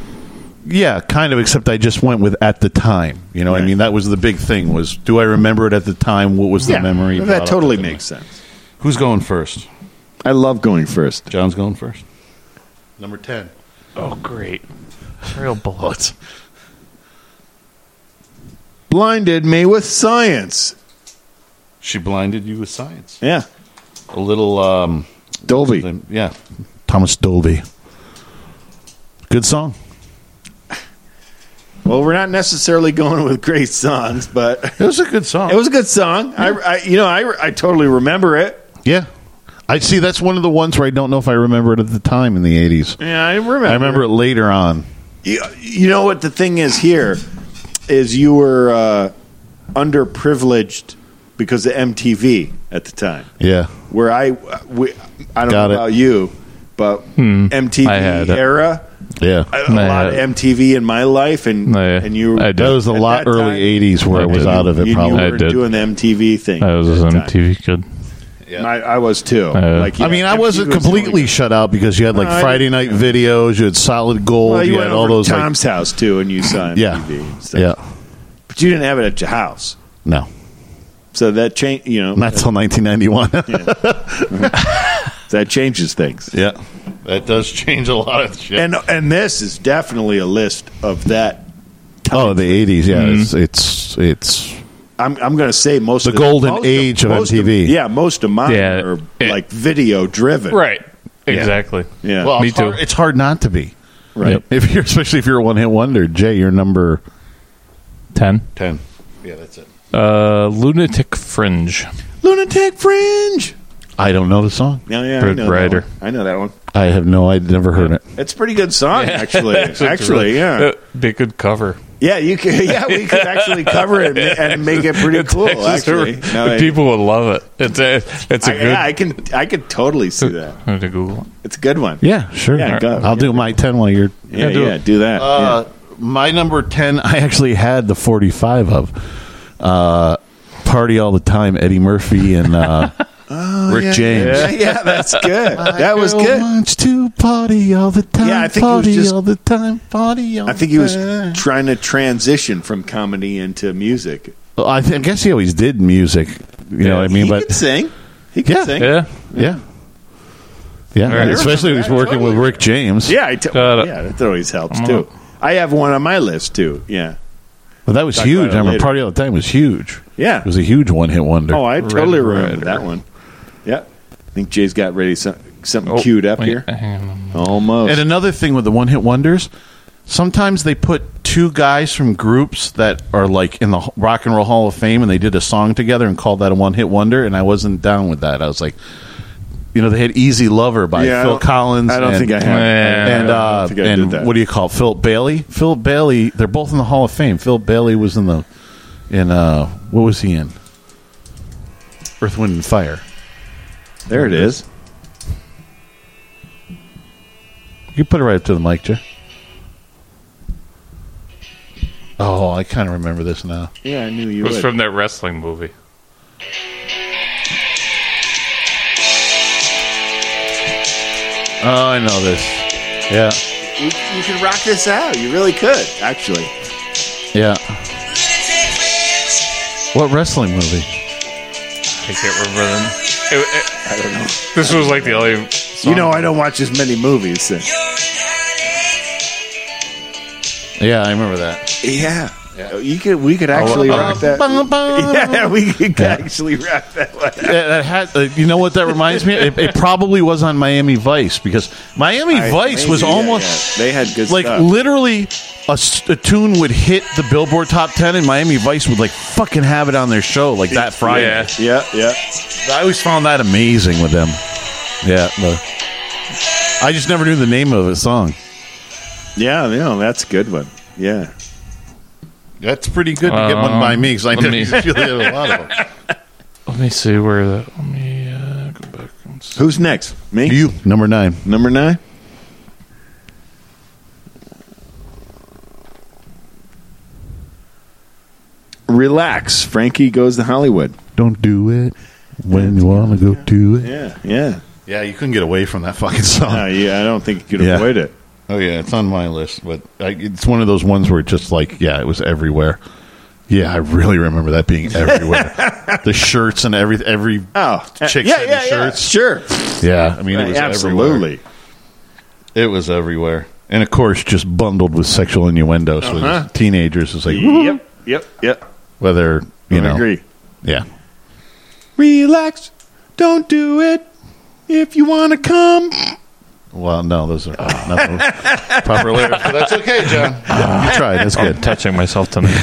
A: Yeah, kind of. Except I just went with at the time. You know, what I mean, that was the big thing. Was do I remember it at the time? What was the
D: Yeah,
A: memory?
D: that
A: brought up
D: totally
A: within me?
D: makes sense.
A: Who's going first?
D: I love going first.
A: John's going first. Number ten.
E: Oh, great! Real bullets.
D: Blinded me with science.
A: She blinded you with science.
D: Yeah.
A: A little um,
D: Dolby.
A: Yeah. Thomas Dolby. Good song.
D: Well, we're not necessarily going with great songs, but it
A: was a good song.
D: It was a good song. I, I you know, I, I totally remember it.
A: Yeah. I see. That's one of the ones where I don't know if I remember it at the time in the eighties.
D: Yeah, I remember.
A: I remember it later on.
D: You, you know what the thing is here is you were uh, underprivileged because of MTV at the time.
A: Yeah.
D: Where I we, I don't
A: Got it. Hmm.
D: know about you, but
A: I had
D: MTV
A: it.
D: era
A: Yeah.
D: a lot of MTV in my life, and and you
A: I did. That was a
D: at
A: lot
D: that
A: early
D: time,
A: '80s where I, was out of
D: you-
A: it.
D: you
A: Probably
D: were doing the MTV thing.
E: I was
D: at
E: an
D: that time.
E: MTV kid.
D: I, I was too.
E: Uh,
D: like, yeah,
A: I mean, I
D: MTV
A: wasn't
D: was the only-
A: completely shut out because you had like
D: No, I
A: Friday night videos, you had Solid Gold,
D: Well, you
A: you,
D: went
A: had
D: over
A: all
D: to
A: those. like-
D: Tom's house too, and you saw MTV. and stuff.
A: yeah,
D: but you didn't have it at your house,
A: no,
D: so that change. You know,
A: not till 1991.
D: that changes things.
A: yeah, that does change a lot of shit.
D: And and this is definitely a list of that.
A: oh, the 80s, yeah, it's it's it's
D: I'm I'm going to say most
A: The
D: of
A: golden
D: most
A: age of
D: most
A: MTV.
D: yeah, most of mine
E: Yeah,
D: are like video driven.
E: Right. Exactly.
D: Yeah.
A: well,
E: Me
A: it's hard-
E: too.
A: it's hard not to be
D: Right.
A: Yep. If you're especially if you're a one hit wonder, Jay, you're number
E: Ten.
A: ten. Yeah, that's it.
E: Uh, Lunatic Fringe.
D: Lunatic Fringe.
A: I don't know the song.
D: Yeah, yeah, I
E: Red
D: know that
E: Rider.
D: one. I know that one.
A: I have no. I'd never heard it.
D: It's a pretty good song, actually.
E: It's a Uh,
D: actually,
E: really-
D: yeah,
E: uh, Be a good cover.
D: yeah. You could, yeah, we could actually cover it and make it pretty cool.
E: It's a-
D: Actually, No, I-
E: people would love it. It's a, it's a
D: I,
E: good. Uh,
D: yeah, I can, I could totally see that.
E: I need to Google.
D: It's a good one.
A: Yeah, sure.
D: Yeah, go.
A: I'll do my ten while you're.
D: Yeah, yeah, do, that.
A: Uh, My number ten, I actually had the forty-five of uh, "Party All the Time." Eddie Murphy and uh, Rick
D: yeah.
A: James.
D: Yeah, yeah, that's good. that was
A: Girl
D: good.
A: Wants to party all the time.
D: Yeah, I think he was
A: party
D: just-
A: all the time. Party all
D: I think he was
A: the time.
D: trying to transition from comedy into music.
A: Well, I, th- I guess he always did music. You know what I mean?
D: He
A: but
D: could sing. He could
A: Yeah.
D: sing.
E: Yeah.
A: yeah, yeah.
E: Right.
A: Especially when he's working with Rick James.
D: Yeah, I t-
E: Uh,
D: yeah, that always helps
E: I'm
D: too. I have one on my list too. Yeah.
A: But that was
D: Talk
A: huge.
D: about it
A: I remember
D: later.
A: Party All the Time was huge.
D: Yeah.
A: It was a huge one hit wonder.
D: Oh, I
E: Red
D: totally remember
E: Rider.
D: that one. Yeah. I think Jay's got ready some, something
E: Oh,
D: queued up
E: wait,
D: here.
E: hang on.
D: Almost.
A: And another thing with the one hit wonders, sometimes they put two guys from groups that are like in the Rock and Roll Hall of Fame and they did a song together and called that a one hit wonder. And I wasn't down with that. I was like, you know, they had Easy Lover by
D: Yeah, I
A: Phil
D: don't-
A: Collins.
D: I don't
A: and,
D: think I
A: And,
D: have. Yeah, I don't
A: uh,
D: think I did that.
A: and what do you call it? Philip Bailey? Philip Bailey, they're both in the Hall of Fame. Philip Bailey was in the, in, uh, what was he in? Earth, Wind, and Fire.
D: there it is.
A: You can put it right up to the mic, Jay. Oh, I kind of remember this now.
D: Yeah, I knew
E: It
D: you
E: was
D: would.
E: from that wrestling movie.
A: Oh, I know this. Yeah,
D: you, you could rock this out. You really could, actually.
A: yeah. What wrestling movie?
E: I can't remember them. I don't know. This was like the only.
D: You know, I don't watch as many movies. Then.
A: Yeah, I remember that.
D: Yeah. You could, we could actually
A: Oh, uh,
D: rock that.
A: bum, bum.
D: Yeah, we could
A: Yeah.
D: actually rock that one.
A: Yeah, that had, uh, you know what that reminds me? It, it probably was on Miami Vice because Miami
D: I-
A: Vice was
D: maybe, yeah,
A: almost
D: yeah. They had good
A: like
D: stuff.
A: literally a, s- a tune would hit the Billboard Top Ten and Miami Vice would like fucking have it on their show like that Friday.
D: Yeah, yeah.
A: I always found that amazing with them. Yeah, the- I just never knew the name of a song.
D: Yeah, yeah, that's a good one. Yeah.
A: That's pretty good to get one by me because I
E: Uh, Let
A: didn't
E: me-
A: really have a lot of them.
E: Let me see where the. Let me uh, go back. and see.
D: Who's next? Me?
A: You, number nine.
D: Number nine? Relax. Frankie goes to Hollywood.
A: Don't do it when you want to go do it.
D: Yeah, yeah.
A: Yeah, you couldn't get away from that fucking song.
D: No, yeah, I don't think you could
A: Yeah.
D: avoid it.
A: Oh yeah, it's on my list, but I, it's one of those ones where it just like yeah, it was everywhere. Yeah, I really remember that being everywhere. the shirts and every every
D: Oh,
A: chicks
D: yeah,
A: had
D: yeah,
A: the shirts.
D: Sure. Uh,
A: Yeah, I mean it was
D: Absolutely.
A: everywhere. It was everywhere, and of course just bundled with sexual innuendo. So it
D: Uh-huh.
A: was teenagers is like
D: Yep, yep, yep.
A: whether you
D: I
A: know.
D: agree.
A: Yeah,
D: Relax. Don't do it if you want to come.
A: well, no, those are not the proper lyrics, but that's okay, John. you tried. That's good.
E: I'm touching myself tonight.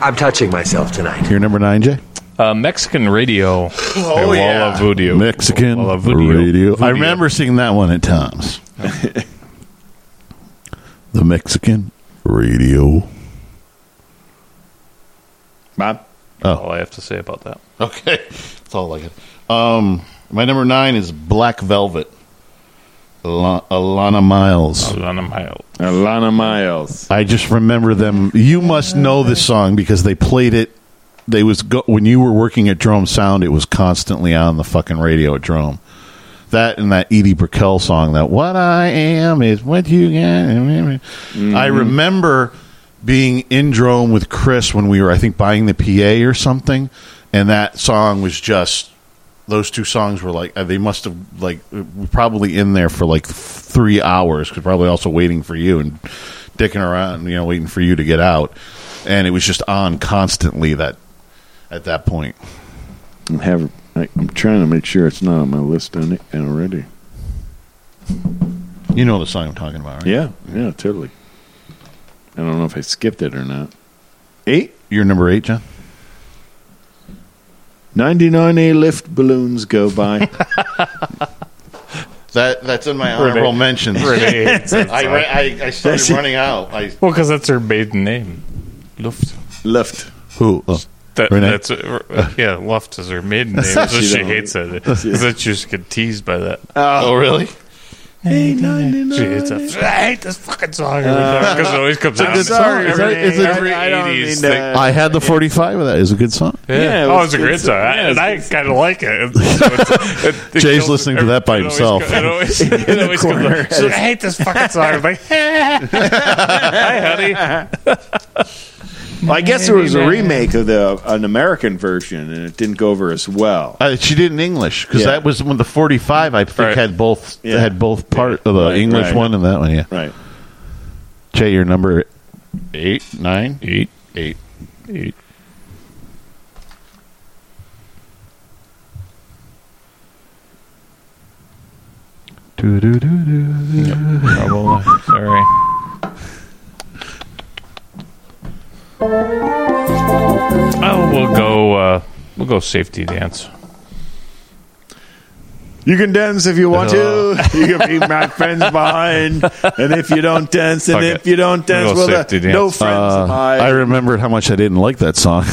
K: I'm touching myself tonight.
A: You're number nine, Jay.
E: uh, Mexican radio.
A: Oh,
E: Walla
A: yeah.
E: Voodoo.
A: Mexican
E: Walla Voodoo.
A: radio. I
E: Voodoo.
A: remember seeing that one at Tom's. the Mexican radio.
D: Bob?
A: Oh,
E: All I have to say about that.
A: okay. That's all I got. Um, my number nine is Black Velvet. Ala- Alana Miles.
E: Alana Miles.
D: Alana Miles.
A: I just remember them. You must know this song because they played it. They was go- when you were working at Drome Sound, it was constantly on the fucking radio at Drome. That and that Edie Brickell song, that "What I Am Is What You Got." I remember being in Drome with Chris when we were, I think, buying the PA or something, and that song was just those two songs were like uh, they must have like uh, were probably in there for like three hours because probably also waiting for you and dicking around you know waiting for you to get out and it was just on constantly that at that point
D: I have, I, I'm trying to make sure it's not on my list on it already.
A: you know the song i'm talking about right
D: Yeah, yeah, totally. I don't know if I skipped it or not. Eight?
A: you're number eight john
D: 99 lift balloons go by.
A: that that's in my
E: honorable
A: honorable
E: Renee-
A: mentions
E: Renee
A: I,
E: hates that I- song.
A: I started running out I,
E: Well, because that's her maiden name. Luft.
D: Luft.
A: who oh,
E: That,
A: Renee?
E: That's uh, yeah. Luft is her maiden name, so
D: She
E: she
D: don't-
E: hates it. That she just get teased by that.
A: oh really
D: Hey, 99.
E: She hates that. Uh, I hate this fucking song every
A: Uh,
E: time because it always comes out.
D: good song. Is
E: Every,
D: that- is it-
E: every
D: I don't
E: 80s
D: mean,
E: thing.
D: uh,
A: i had the 45 of that is a good song
E: Yeah.
D: Yeah, it
E: oh,
D: was
E: it's a
D: good
E: great song,
D: song. Yeah, it was
E: and I kind of like it. So it's- it- it
A: Jay's
E: kills-
A: listening to that by
E: it always
A: himself.
E: co- It always, it always comes
D: corner.
E: up. She's like, I hate this fucking song. I'm like, hi, honey.
D: Well, I guess there was a remake of the an American version, and it didn't go over as well.
A: Uh, she did in English because
D: Yeah.
A: that was when the forty-five I think
E: Right.
A: had both
D: Yeah.
A: had both part of the
D: Right,
A: English
D: right.
A: one and that one. Yeah,
D: Right.
A: Jay, your number eight, nine,
E: Eight,
A: eight.
E: eight.
A: Do, do, do, do.
E: Trouble. Sorry. Oh, we'll go. Uh, we'll go safety dance.
D: You can dance if you want
C: Uh.
D: to. You can leave my friends behind. And if you don't dance, and
A: Fuck
D: if
A: it.
D: you don't dance, well, uh, no friends
A: Uh,
D: of mine.
A: I remembered how much I didn't like that song.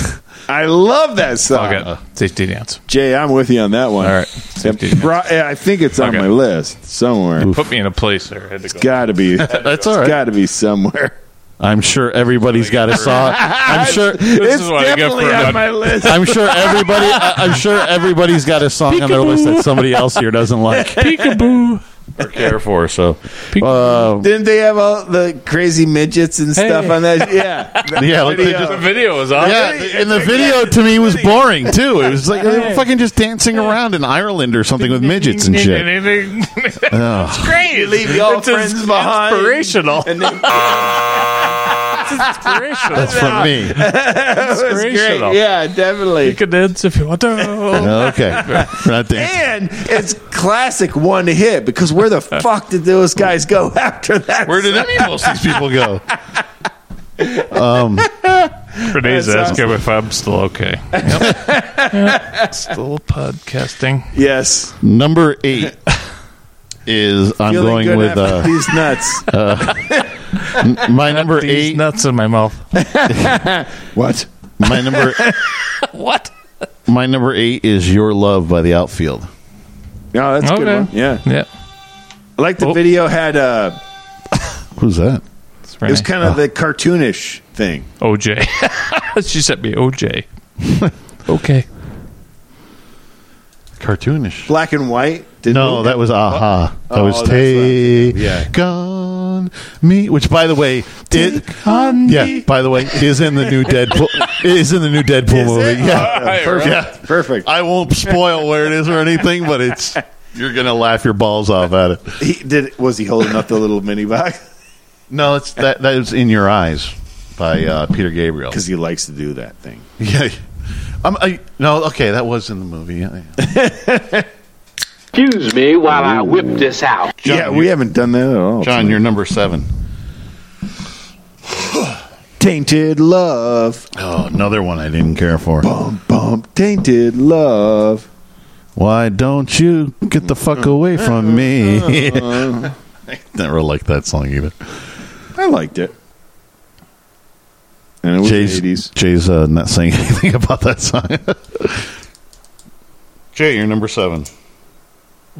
D: I love that song.
E: Safety dance.
D: Jay, I'm with you on that one. All right. I think it's on my list somewhere.
E: Put me in a place there. I had to go.
D: Got to be.
A: That's all right.
D: Got to be somewhere.
A: I'm sure everybody's got a song. I'm sure
D: This is what I get for definitely on my list.
A: I'm sure everybody. I- I'm sure everybody's got a song on their list that somebody else here doesn't like
E: Peekaboo.
A: or care for. So, uh,
D: Didn't they have all the crazy midgets and stuff on that? Yeah. that
A: Yeah, like they
D: video.
A: just-
E: The video was awesome.
A: yeah, and the video to me was boring too. It was like they were fucking just dancing around in Ireland or something with midgets and shit. Ugh.
E: great.
D: You leave your friends behind.
E: Inspirational.
D: And then-
E: inspirational.
A: That's from me.
D: That was great. Yeah, definitely.
E: You can dance if you want to.
A: Okay, we're not dancing.
D: And it's classic one hit because where the fuck did those guys go after that?
A: Uh, Where did any most of these people go? Um,
E: Renee's
D: That's
E: asking if I'm still okay. Yep. still podcasting.
D: Yes.
A: Number eight is I'm
E: Feeling
A: going
E: good
A: with
E: after
A: uh,
D: these nuts.
A: Uh, n- my number eight
E: nuts in my mouth.
D: what?
A: My number
E: what?
A: my number eight is Your Love by the Outfield.
D: No, that's a good
A: Okay. Oh.
D: one. Yeah.
E: Yeah.
D: I like the video had uh
A: Who's that?
D: it was
A: Oh.
D: kind of the cartoonish thing.
E: OJ. she sent me OJ. okay.
A: Cartoonish.
D: Black and white. Didn't
A: no,
D: it?
A: that was aha.
D: Oh.
A: that
D: Oh,
A: was
D: that's
A: take
D: right. Yeah.
A: on me. Which, by the way, did yeah. By the way, is in the new Deadpool. is in the new Deadpool movie. Yeah,
D: perfect.
A: Yeah.
D: Perfect.
A: I won't spoil where it is or anything, but it's you're gonna laugh your balls off at it.
D: He did was he holding up the little mini box?
A: No, it's that that is in your eyes by uh, Peter Gabriel
D: Because he likes to do that thing.
A: Yeah. I'm, I, no, okay, that was in the movie. Yeah, yeah.
K: Excuse me while I whip this out.
D: yeah, we haven't done that at all.
A: John, you're number seven.
D: Tainted love.
A: Oh, another one I didn't care for.
D: Bump, bump, tainted love.
A: Why don't you get the fuck away from me? I never liked that song either.
D: I liked it. And it was
A: Jay's,
D: 80s.
A: Jay's uh, not saying anything about that song. Jay, you're number seven.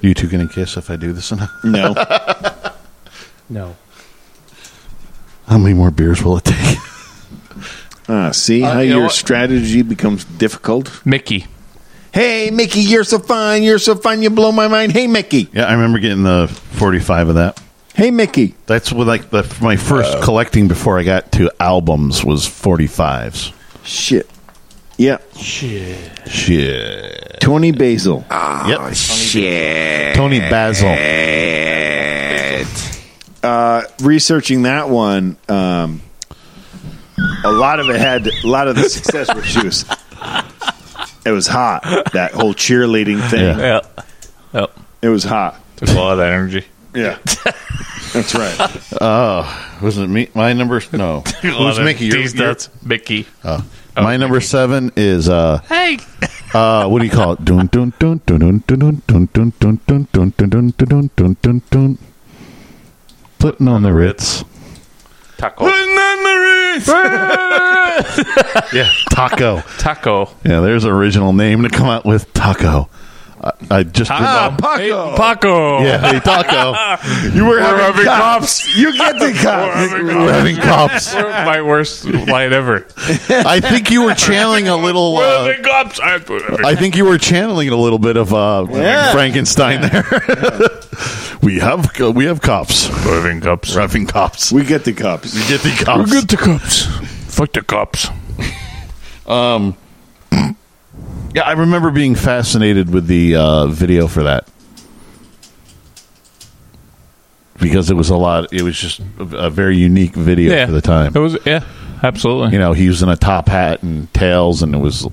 A: You two gonna kiss if I do this enough?
D: No.
E: No.
A: How many more beers will it take?
D: Ah, see
E: Uh,
D: how
E: you know
D: your
E: what?
D: strategy becomes difficult?
E: Mickey.
D: Hey, Mickey, you're so fine. You're so fine. You blow my mind. Hey, Mickey.
A: Yeah, I remember getting the 45 of that.
D: Hey, Mickey.
A: That's what like the, my first
E: Uh,
A: collecting before I got to albums was 45s.
D: Shit. Yeah.
E: Shit.
A: Shit.
D: Tony Basil.
E: Oh,
A: yep.
G: Shit.
A: Tony Basil.
D: Uh, researching that one, um, a lot of it had a lot of the success with Juice. It was hot. That whole cheerleading thing.
E: Yeah. Yep.
D: It was hot.
E: Took Oh. a lot of energy.
D: Yeah. That's right.
A: Oh, wasn't it me? My number no.
E: Took a lot
A: Who's
E: of
A: Mickey? You're-
E: these
A: you're-
E: nuts. Mickey.
A: oh. my number seven is uh,
E: Hey.
A: uh, what do you call it? Dun dun dun dun dun dun dun dun dun dun dun dun dun dun dun dun dun dun. Putting on the Ritz.
E: Taco.
A: yeah. Taco.
E: Taco.
A: Yeah, there's an original name to come out with Taco. I, I just
E: Ah, Paco. Paco.
A: Yeah, Oh, hey Taco. You were, having,
E: cops.
D: You get the cop.
A: you were having cops.
E: My worst line ever.
A: I think you were channeling a little. Uh,
E: Having cops. I put
A: I think you were channeling a little bit of uh,
E: Yeah.
A: Frankenstein there. we have uh, we have cops.
E: having cops.
A: We're having cops.
D: We get the cops.
A: We get the cops.
E: the cops. Fuck the cops.
A: um, yeah, I remember being fascinated with the uh, video for that because it was a lot. It was just a, a very unique video
E: Yeah.
A: for the time.
E: It was yeah, absolutely.
A: You know, he was in a top hat and tails, and it was,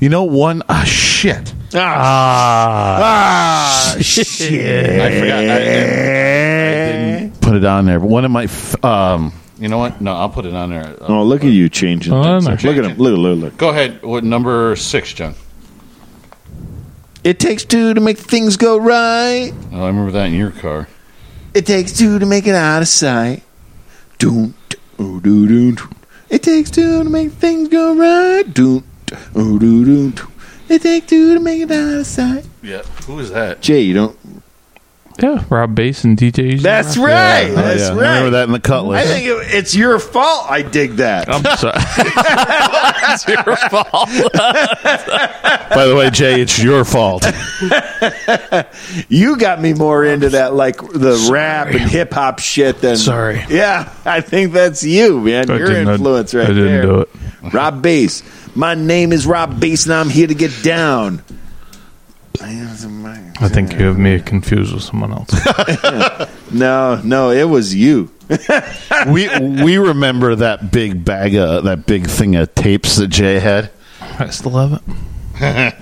A: you know, one ah shit. Ah, shit! I forgot. I, I didn't put it on there. But one of my, f- um, you know what? No, I'll put it on there.
D: Oh, look at you changing
A: Oh,
D: things.
A: I'm
D: Look
A: not
D: at him. Look, look, look.
A: Go ahead. What number six, John?
D: It takes two to make things go right.
A: Oh, I remember that in your car.
D: It takes two to make it out of sight. Doon, oh, doo, doon. It takes two to make things go right. Doon, oh, doo, doon. It takes two to make it out of sight.
A: Yeah.
E: Ah.
A: Who is that?
D: Jay, you don't.
E: Yeah, Rob Bass and DJ. Easy
D: That's
E: Rock.
D: right.
A: Oh,
D: That's right.
A: that in the
D: I think it, it's your fault. I dig that.
E: I'm sorry.
D: it's your fault.
A: By the way, Jay, it's your fault.
D: you got me more into that, like the rap and hip hop shit than.
E: Sorry.
D: Yeah, I think that's you, man.
E: I
D: Your
E: didn't-
D: influence right
E: I didn't
D: there.
E: do it.
D: Rob Bass. My name is Rob Bass, and I'm here to get down. I am the man.
E: I think you have me confused with someone else.
D: No, no, it was you.
A: we we remember that big bag of that big thing of tapes that Jay had.
E: I still have it.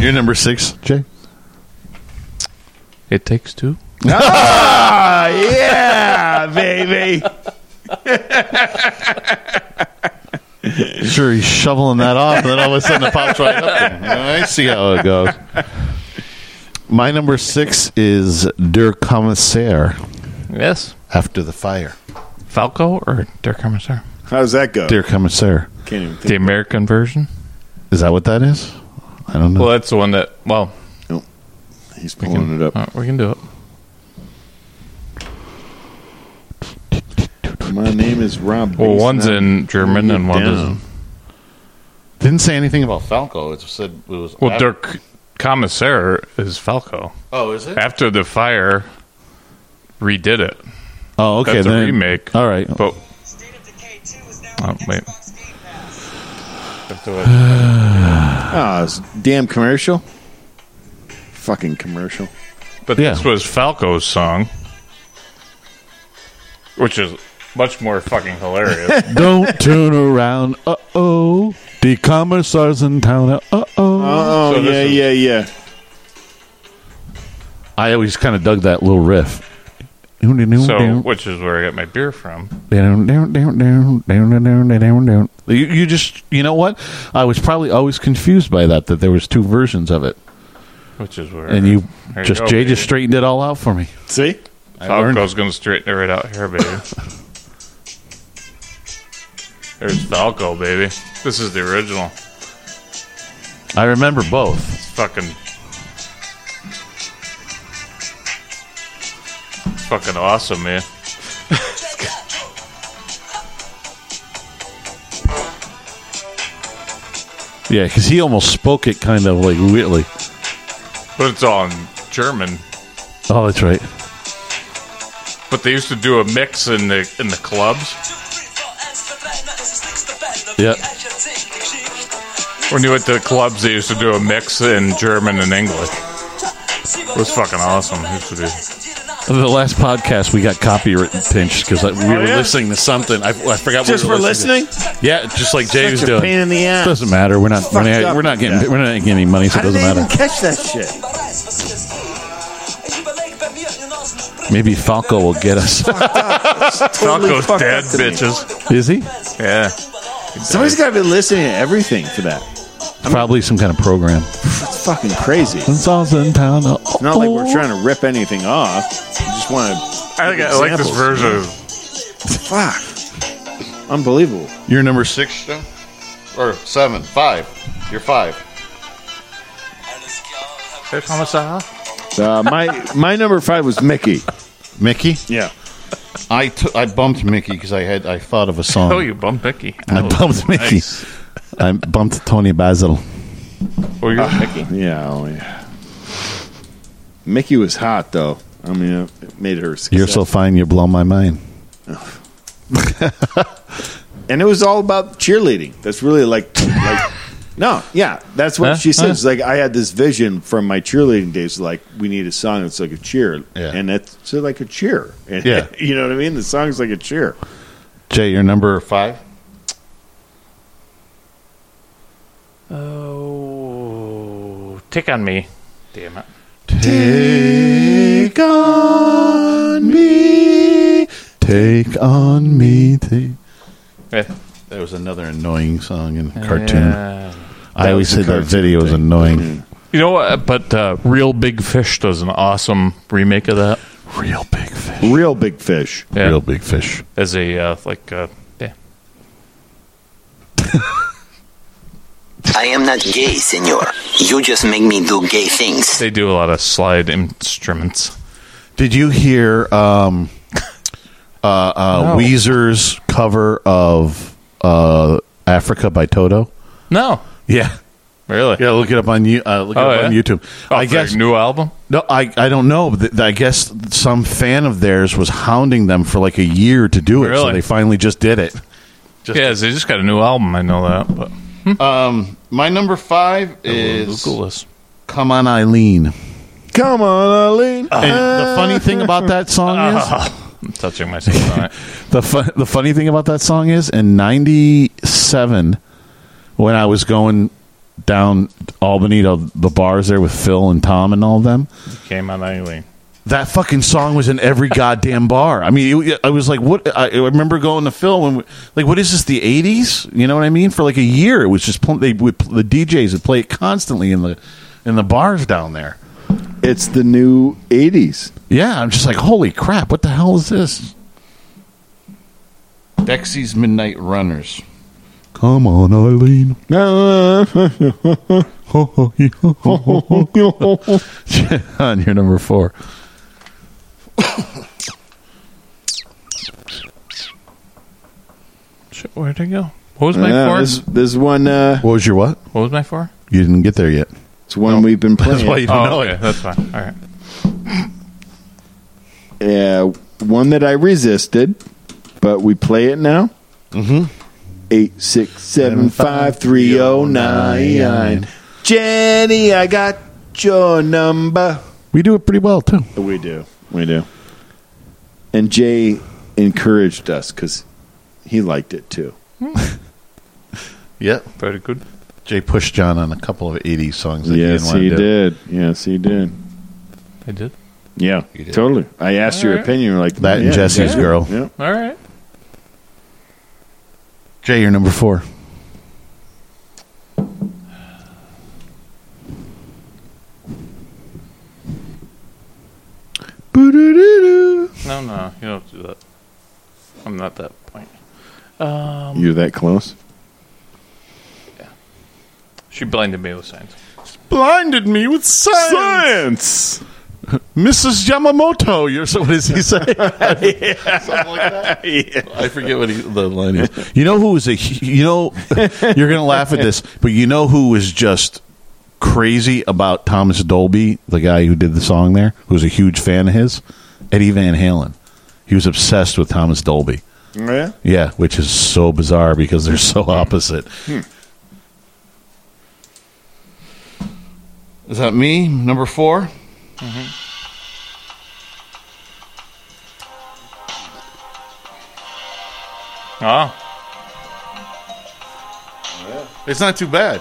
A: You're number six, Jay.
E: It takes two.
D: ah, yeah, baby.
A: Sure, he's shoveling that off, and then all of a sudden it pops right up. There. I see how it goes. My number six is Der Commissaire.
E: Yes.
A: After the fire.
E: Falco or Der Commissar?
D: How does that go?
A: Der Commissaire.
D: Can't even think.
E: The American version?
A: Is that what that is? I don't know.
E: Well, that's the one that. Well,
D: he's pulling it up.
E: Uh, we can do it.
D: My name is Rob.
E: Well,
D: Bass,
E: one's
D: and I'm
E: in German
D: here
E: and one
D: down.
E: is.
A: Didn't say anything about Falco. It said it was.
E: Well, Der C- Commissar is Falco.
A: Oh, is it?
E: After the fire, redid it.
A: Oh, okay.
E: That's
A: then,
E: a remake.
A: All right.
E: But. Oh, wait.
D: Ah, it's damn commercial. Fucking commercial.
E: But this was Falco's song, which is much more fucking hilarious.
A: Don't turn around. Uh oh. The commissar's in town. Uh oh.
D: Oh,
E: So this
D: yeah,
E: is-
D: yeah, yeah.
A: I always kind of dug that little riff.
E: so, which is where I got my beer from.
A: down, down, down, down, down, down, down, down, down. You, you just, you know what? I was probably always confused by that, that there was two versions of it.
E: Which is where.
A: And you
E: There
A: just,
E: go,
A: Jay
E: baby.
A: just straightened it all out for me.
D: See?
E: Falco's going to straighten it right out here, baby. There's Falco, baby. This is the original.
A: I remember both.
E: It's fucking. It's fucking awesome, man.
A: Yeah, because he almost spoke it kind of like weirdly.
E: But it's all in German.
A: Oh, that's right.
E: But they used to do a mix in the in the clubs.
A: Yeah.
E: When you went to the clubs, they used to do a mix in German and English. It was fucking awesome. It used to do-
A: The last podcast, we got copyright pinched because we were
E: yeah?
A: listening to something. I, I forgot.
D: Oh, Just
A: we were
D: for
A: listening. to. Yeah, just like Jay
D: Such
A: was
D: a
A: doing.
D: pain in the ass.
A: Doesn't matter. We're not. We're
D: Fucked
A: not,
D: up.
A: we're not getting. We're not getting any money, so it
D: How did
A: doesn't
D: they even
A: matter.
D: catch that shit?
A: Maybe Falco will get us.
E: Falco's dead, bitches.
A: Is he?
E: Yeah.
D: Somebody's got to be listening to everything for that.
A: Probably some kind of program.
D: It's fucking crazy.
A: Since I was in town, uh,
D: It's not like we're trying to rip anything off. We just want to.
E: I think I like this version. of-
D: Fuck. Unbelievable.
A: You're number six, Joe? Or seven, five. You're five.
E: Hey, Commissar.
D: Uh, my my number five was Mickey.
A: Mickey?
D: Yeah.
A: I, t- I bumped Mickey because I had I thought of a song.
E: Oh, you bumped Mickey.
A: Um, I
E: Oh,
A: bumped Mickey.
E: nice.
A: I bumped Tony Basil.
E: Oh, you're Mickey.
D: Yeah, oh, yeah. Mickey was hot though. I mean, it made her.
A: You're so fine, you blow my mind.
D: and it was all about cheerleading. That's really like, like no, yeah, that's what
A: Huh?
D: she says. Like I had this vision from my cheerleading days. Like we need a song that's like a cheer,
A: Yeah.
D: and that's so like a cheer. And,
A: Yeah.
D: you know what I mean. The song's like a cheer.
A: Jay, you're number five?
B: Oh.
E: Tick on me. Damn it.
A: Take on me. Take on me. Take. Eh. There was another annoying song in the cartoon.
E: Yeah.
A: I
E: That
A: always said
E: was the
A: that
E: cartoon
A: video was annoying.
E: You know what? But uh, Real Big Fish does an awesome remake of that. Real Big Fish.
D: Real Big Fish.
A: Real Big Fish.
E: As a, uh, like, uh, yeah.
J: I am not gay, senor. You just make me do gay things.
E: They do a lot of slide instruments.
A: Did you hear um, uh, uh,
E: No.
A: Weezer's cover of uh, Africa by Toto?
E: No.
A: Yeah.
E: Really?
A: Yeah, look it up on you. Uh, look
E: Oh,
A: it up on
E: yeah?
A: YouTube.
E: Oh, for their new album.
A: No, I I don't know. Th- th- I guess some fan of theirs was hounding them for like a year to do it, so
E: Really?
A: they finally just did it.
E: yeah, they just got a new album. I know that. But
A: Um, my number five
E: is- Lucas.
A: "Come On Eileen."
D: Come on, Eileen.
A: And the funny thing about that song is,
E: Uh, I'm touching myself on it.
A: the fu- the funny thing about that song is in '97 when I was going down Albany to the bars there with Phil and Tom and all of them.
E: Came on Eileen.
A: That fucking song was in every goddamn bar. I mean, it, I was like, what? I, I remember going to Phil and we- like, what is this? The '80s? You know what I mean? For like a year, it was just pl- they would the DJs would play it constantly in the in the bars down there.
D: It's the new '80s.
A: Yeah, I'm just like, holy crap! What the hell is this? Dexy's Midnight Runners. Come on, Eileen.
D: Uh,
A: on your number four.
E: Shit, where'd I go? What was my
D: Yeah,
E: four?
D: This, this one. Uh,
A: what was your what?
E: What was my four?
A: You didn't get there yet.
D: It's one we've been playing.
E: oh, okay, That's fine. All right.
D: Yeah, Uh, one that I resisted, but we play it now.
A: Mm-hmm.
D: Eight six seven five three zero nine. Jenny, I got your number.
A: We do it pretty well too.
D: We do. We do. And Jay encouraged us because he liked it too.
A: Yep.
E: Very good.
A: Jay pushed John on a couple of 80s songs. That
D: yes,
A: he, didn't wanna
D: he
A: do.
D: did. Yes, he did.
E: I did.
D: Yeah,
A: You did.
D: totally. I asked your
E: Alright.
D: opinion. You're Like
A: That and
D: yeah,
A: Jesse's
D: yeah,
A: Girl.
D: Yeah.
E: All right.
A: Jay, you're number four.
E: No, no, you don't do that. I'm not that point.
D: You're that close.
E: She blinded me with signs.
A: Blinded me with science. Mrs. Yamamoto, you're so. What does he say? Something like that. I forget what he, the line is. You know who was a. hu- You know, you're gonna laugh at this, but you know who was just crazy about Thomas Dolby, the guy who did the song there, who was a huge fan of his, Eddie Van Halen. He was obsessed with Thomas Dolby.
D: Yeah.
A: Yeah, which is so bizarre because they're so opposite.
D: Hmm.
A: Is that me, number 4
E: Ah,
A: It's not too bad.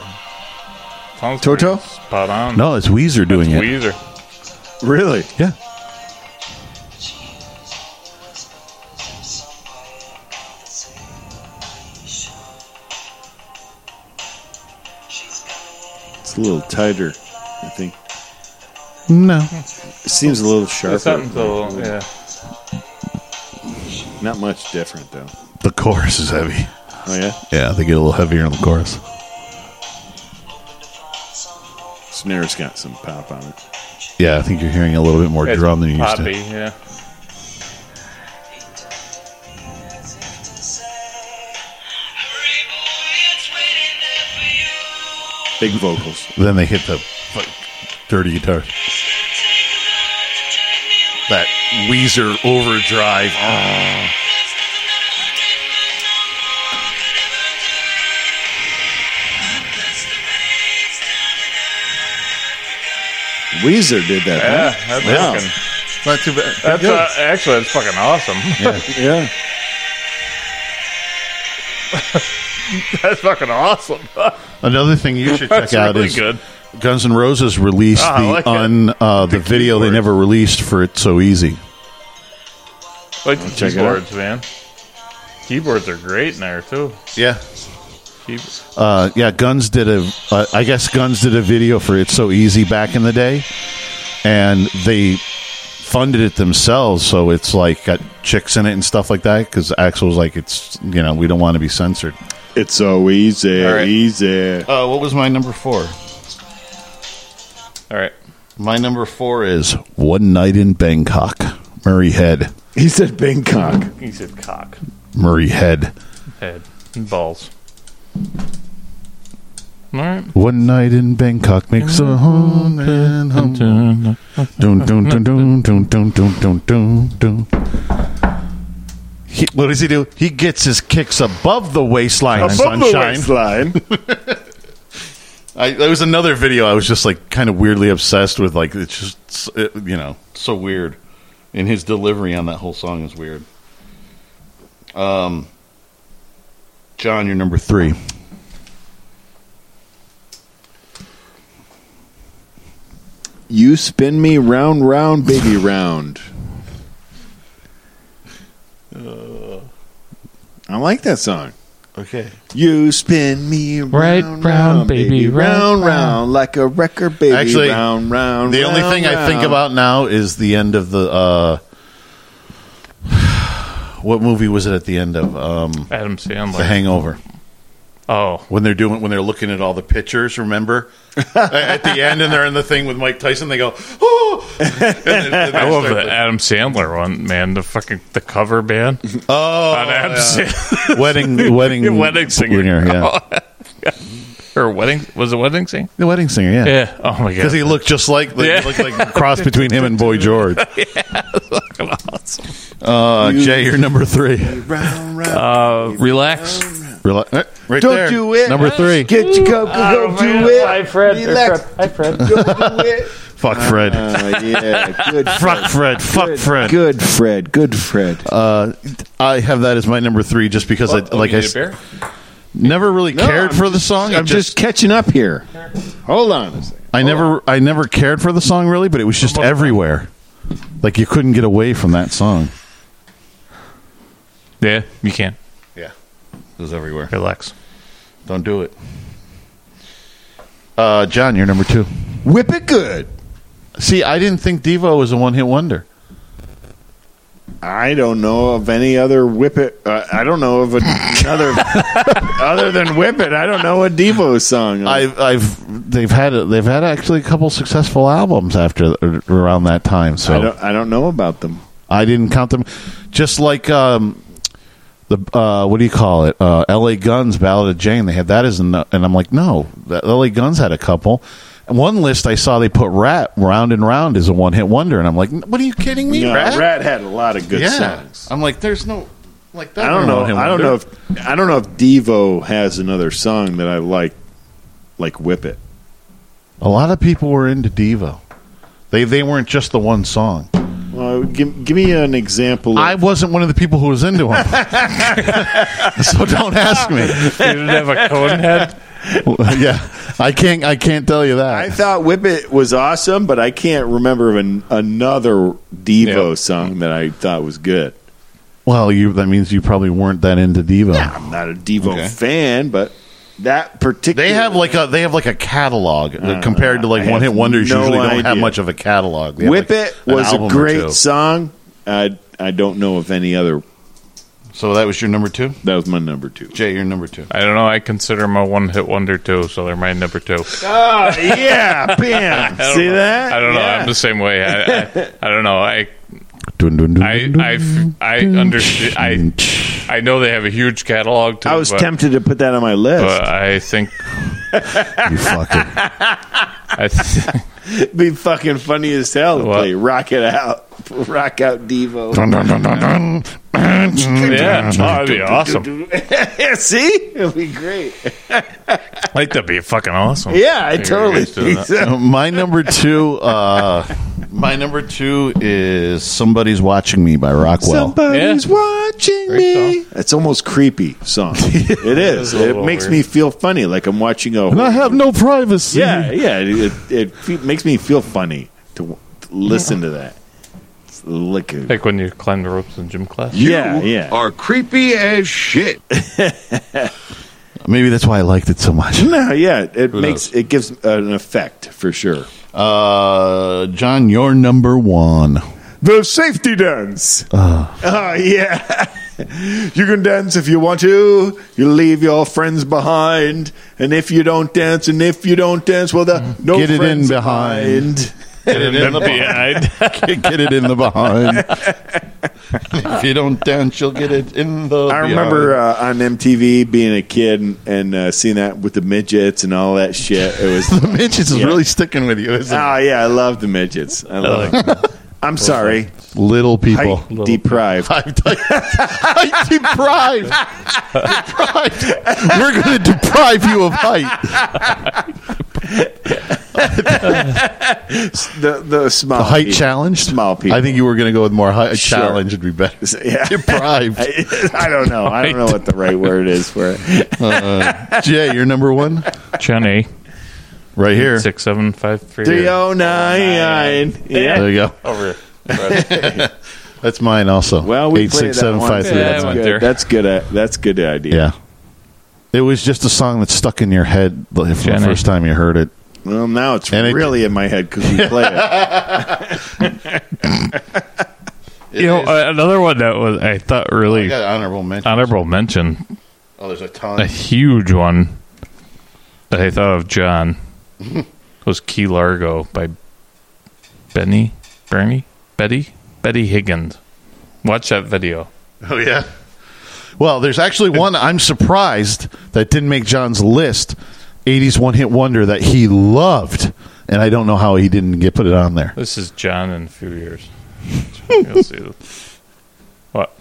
E: sounds
A: Toto?
E: pretty Spot on.
A: No, it's Weezer doing it.
E: Weezer.
D: Really?
A: Yeah.
D: It's a little tighter, I think.
A: No.
D: It seems a little sharper.
E: It sounds a little, yeah.
D: Not much different though.
A: The chorus is heavy.
D: Oh yeah,
A: Yeah, they get a little heavier in the chorus.
D: snare's got some pop on it.
A: Yeah, I think you're hearing a little bit more
E: It's
A: drum than you used
E: poppy,
A: to.
E: yeah.
D: Big vocals.
A: Then they hit the fuck, dirty guitar. That Weezer overdrive. Ah.
D: Weezer did that.
E: Yeah,
D: huh?
E: that's fucking.
A: Not too bad.
E: That's uh, actually that's fucking awesome.
D: yeah.
E: that's fucking awesome.
A: Another thing you should check
E: That's
A: out
E: really
A: is
E: good.
A: Guns N' Roses released
E: Ah, I
A: the
E: like it.
A: un uh, the video they never released for "It's So Easy."
E: Like the
A: check it out.
E: keyboards, man. Keyboards are great in there too.
A: Yeah.
E: Key-
A: Uh, yeah, Guns did a. Uh, I guess Guns did a video for "It's So Easy" back in the day, and they funded it themselves. So it's like got chicks in it and stuff like that. Because Axel was like, "It's you know, we don't want to be censored."
D: It's so easy, easy.
A: Uh, what was my number four? All right, my number four is "One Night in Bangkok." Murray Head.
D: He said Bangkok.
E: He said cock,
A: Murray Head.
E: head, and balls. All right.
A: One night in Bangkok makes a home and home. Dun, dun, dun, dun, dun, dun, dun, dun, dun. He, what does he do? He gets his kicks above the waistline,
D: Above
A: sunshine.
D: the waistline.
A: I, there was another video I was just like kind of weirdly obsessed with. Like it's just it, you know so weird, and his delivery on that whole song is weird. Um, John, you're number three.
D: You spin me round, round, baby, round. I like that song.
A: Okay.
D: You spin me round,
A: Right
D: round,
A: round,
D: baby,
A: baby, right
D: round, round,
A: round.
D: like a record, baby,
A: Actually,
D: round, round.
A: The only
D: round,
A: thing I think
D: round.
A: about now is the end of the. Uh, what movie was it at the end of? Um,
E: Adam Sandler.
A: The Hangover.
E: Oh,
A: when they're doing when they're looking at all the pictures, remember? at the end, and they're in the thing with Mike Tyson. They go, oh!
E: I love the Adam Sandler one, man. The fucking the cover band.
A: Oh,
E: on Adam
A: yeah.
E: Sand-
A: Wedding- wedding
E: wedding singer. Oh.
A: singer,
E: yeah. or wedding was it wedding singer?
A: The wedding singer, yeah,
E: Yeah. Oh my god,
A: because he looked just like the,
E: Yeah.
A: he looked like a cross between him and Boy George. Uh, Jay, you're number three.
E: Uh, relax.
A: Rela- eh, right
D: Don't
A: there.
D: do it.
A: Number three.
D: Get your coke, go do it. Hi, Fred. Relax. Hi, Fred. Go do it.
A: Fuck Fred.
D: Uh, yeah, good.
A: Fuck Fred. Fuck Fred.
D: Good Fred. Good Fred.
A: Uh, I have that as my number three just because
E: Oh,
A: I like I s- never really cared for the song.
D: I'm
A: It
D: just, catching up here. Hold on. a second.
A: I never I never cared for the song really, but it was just everywhere. Like you couldn't get away from that song.
E: Yeah, you can.
A: Yeah. It was everywhere.
E: Relax.
A: Don't do it. Uh, John, you're number two.
D: Whip it good.
A: See, I didn't think Devo was a one hit wonder.
D: I don't know of any other whip it. Uh, I don't know of another other than whip it. I don't know a Devo song.
A: I've, I've they've had a, they've had actually a couple successful albums after around that time. So
D: I don't. I don't know about them.
A: I didn't count them. Just like um, the uh, what do you call it? Uh, L.A. Guns Ballad of Jane. They had that as an, and I'm like, no, that L.A. Guns had a couple. And one list I saw they put Rat Round and Round as a one hit wonder, and I'm like, what are you kidding me?
D: No,
A: Rat?
D: Rat had a lot of good
A: yeah.
D: songs.
A: I'm like, there's no like that.
D: I
A: one
D: don't know.
A: hit
D: I don't
A: Oh, wonder.
D: know if I don't know if Devo has another song that I like, like whip it.
A: a lot of people were into Devo. They they weren't just the one song.
D: Well, give, give me an example.
A: I wasn't one of the people who was into him, so don't ask me.
E: You didn't have a cone head.
A: yeah, I can't. I can't tell you that.
D: I thought Whip It was awesome, but I can't remember of an, another Devo song that I thought was good.
A: Well, you that means you probably weren't that into Devo.
D: I'm not a Devo fan, but that particular
A: They have like a they have like a catalog uh, compared to like
D: I
A: one hit
D: have
A: wonders.
D: no
A: usually don't have
D: idea.
A: much of a catalog. They have,
D: Whip
A: like,
D: It
A: an
D: was a
A: album or
D: great
A: two.
D: song. I I don't know of any other.
A: So that was your number two.
D: That was my number two.
A: Jay, your number two.
E: I don't know. I consider them a one hit wonder too, so they're my number two.
D: Oh yeah,
E: I
D: bam!
E: don't
D: See
E: know.
D: that?
E: I don't know.
D: Yeah.
E: I'm the same way. I, I, I don't know. I
A: Dun, dun, dun,
E: I
A: dun,
E: I f- I understand. I I know they have a huge catalog. Too,
D: I was
E: but-
D: tempted to put that on my list.
E: But I think
A: you fucker.
E: I th-
D: It'd be fucking funny as hell to
E: What?
D: play Rock It Out. Rock Out Devo.
A: Dun, dun, dun, dun, dun.
E: yeah, oh, that'd be awesome.
D: See? It'd be great.
E: I think that'd be fucking awesome.
D: Yeah, I
E: Think you're
D: totally
E: guys doing
D: think
E: that.
D: so.
A: My number two. Uh, My number two is "Somebody's Watching Me" by Rockwell.
D: Somebody's watching me. It's almost creepy song. it
A: is
D: is.
A: a
D: It,
A: little
D: makes
A: weird.
D: me feel funny, like I'm watching a.
A: and I have no privacy.
D: yeah, yeah. It, it, it fe- makes me feel funny to, w- to listen to that. It's like a,
E: Like when you climb the ropes in gym class.
D: You Yeah, yeah.
E: are creepy as shit.
A: Maybe that's why I liked it so much.
D: No, yeah, it
A: Who
D: makes it gives an effect for sure.
A: Uh, John, you're number one.
D: The safety dance.
A: Uh,
D: Oh, yeah. you can dance if you want to. You leave your friends behind. And if you don't dance, and if you don't dance, well, the no
A: Mm. Get it in
D: friends
A: behind. Get it in the behind. get, get it in the behind. if you don't dance, you'll get it in the.
D: I remember uh, on MTV being a kid and, and uh, seeing that with the midgets and all that shit. It was
A: the midgets is really sticking with you. Isn't
D: oh yeah, I love the midgets. I love.
A: like
D: them. I'm sorry,
A: little people,
D: Height deprived.
A: height deprived. deprived. We're going to deprive you of height.
D: the the small
A: The height
D: people.
A: challenge.
D: Small people.
A: I think you were going to go with more height
D: Sure.
A: challenge would be better.
D: Yeah.
A: Deprived.
D: I, I don't know. I don't know what the right word is for it.
A: Uh, Jay, you're number one.
E: Johnny.
A: Right here.
E: Six seven five three.
D: 309. Yeah.
A: There you go.
E: Over.
A: That's mine also.
D: Well, we
A: eight
D: played
A: six
D: that
A: seven
D: one.
A: five three.
D: Yeah,
A: That's
D: that
A: mine.
D: went there. That's good. uh, That's good idea.
A: Yeah. It was just a song that stuck in your head the- for the
D: Jenny.
A: first time you heard it.
D: Well, now it's really in my head because we play it.
E: You know, uh, another one that was I thought really
A: I got honorable mentions.
E: honorable mention,
A: Oh, there's a ton.
E: a huge one that I thought of John was Key Largo by Benny, Bernie, Betty, Betty Higgins. Watch that video.
A: Oh yeah. Well, there's actually one I'm surprised that didn't make John's list. 80s one hit wonder that he loved, and I don't know how he didn't get put it on there.
E: This is John in a few years. You'll see. What?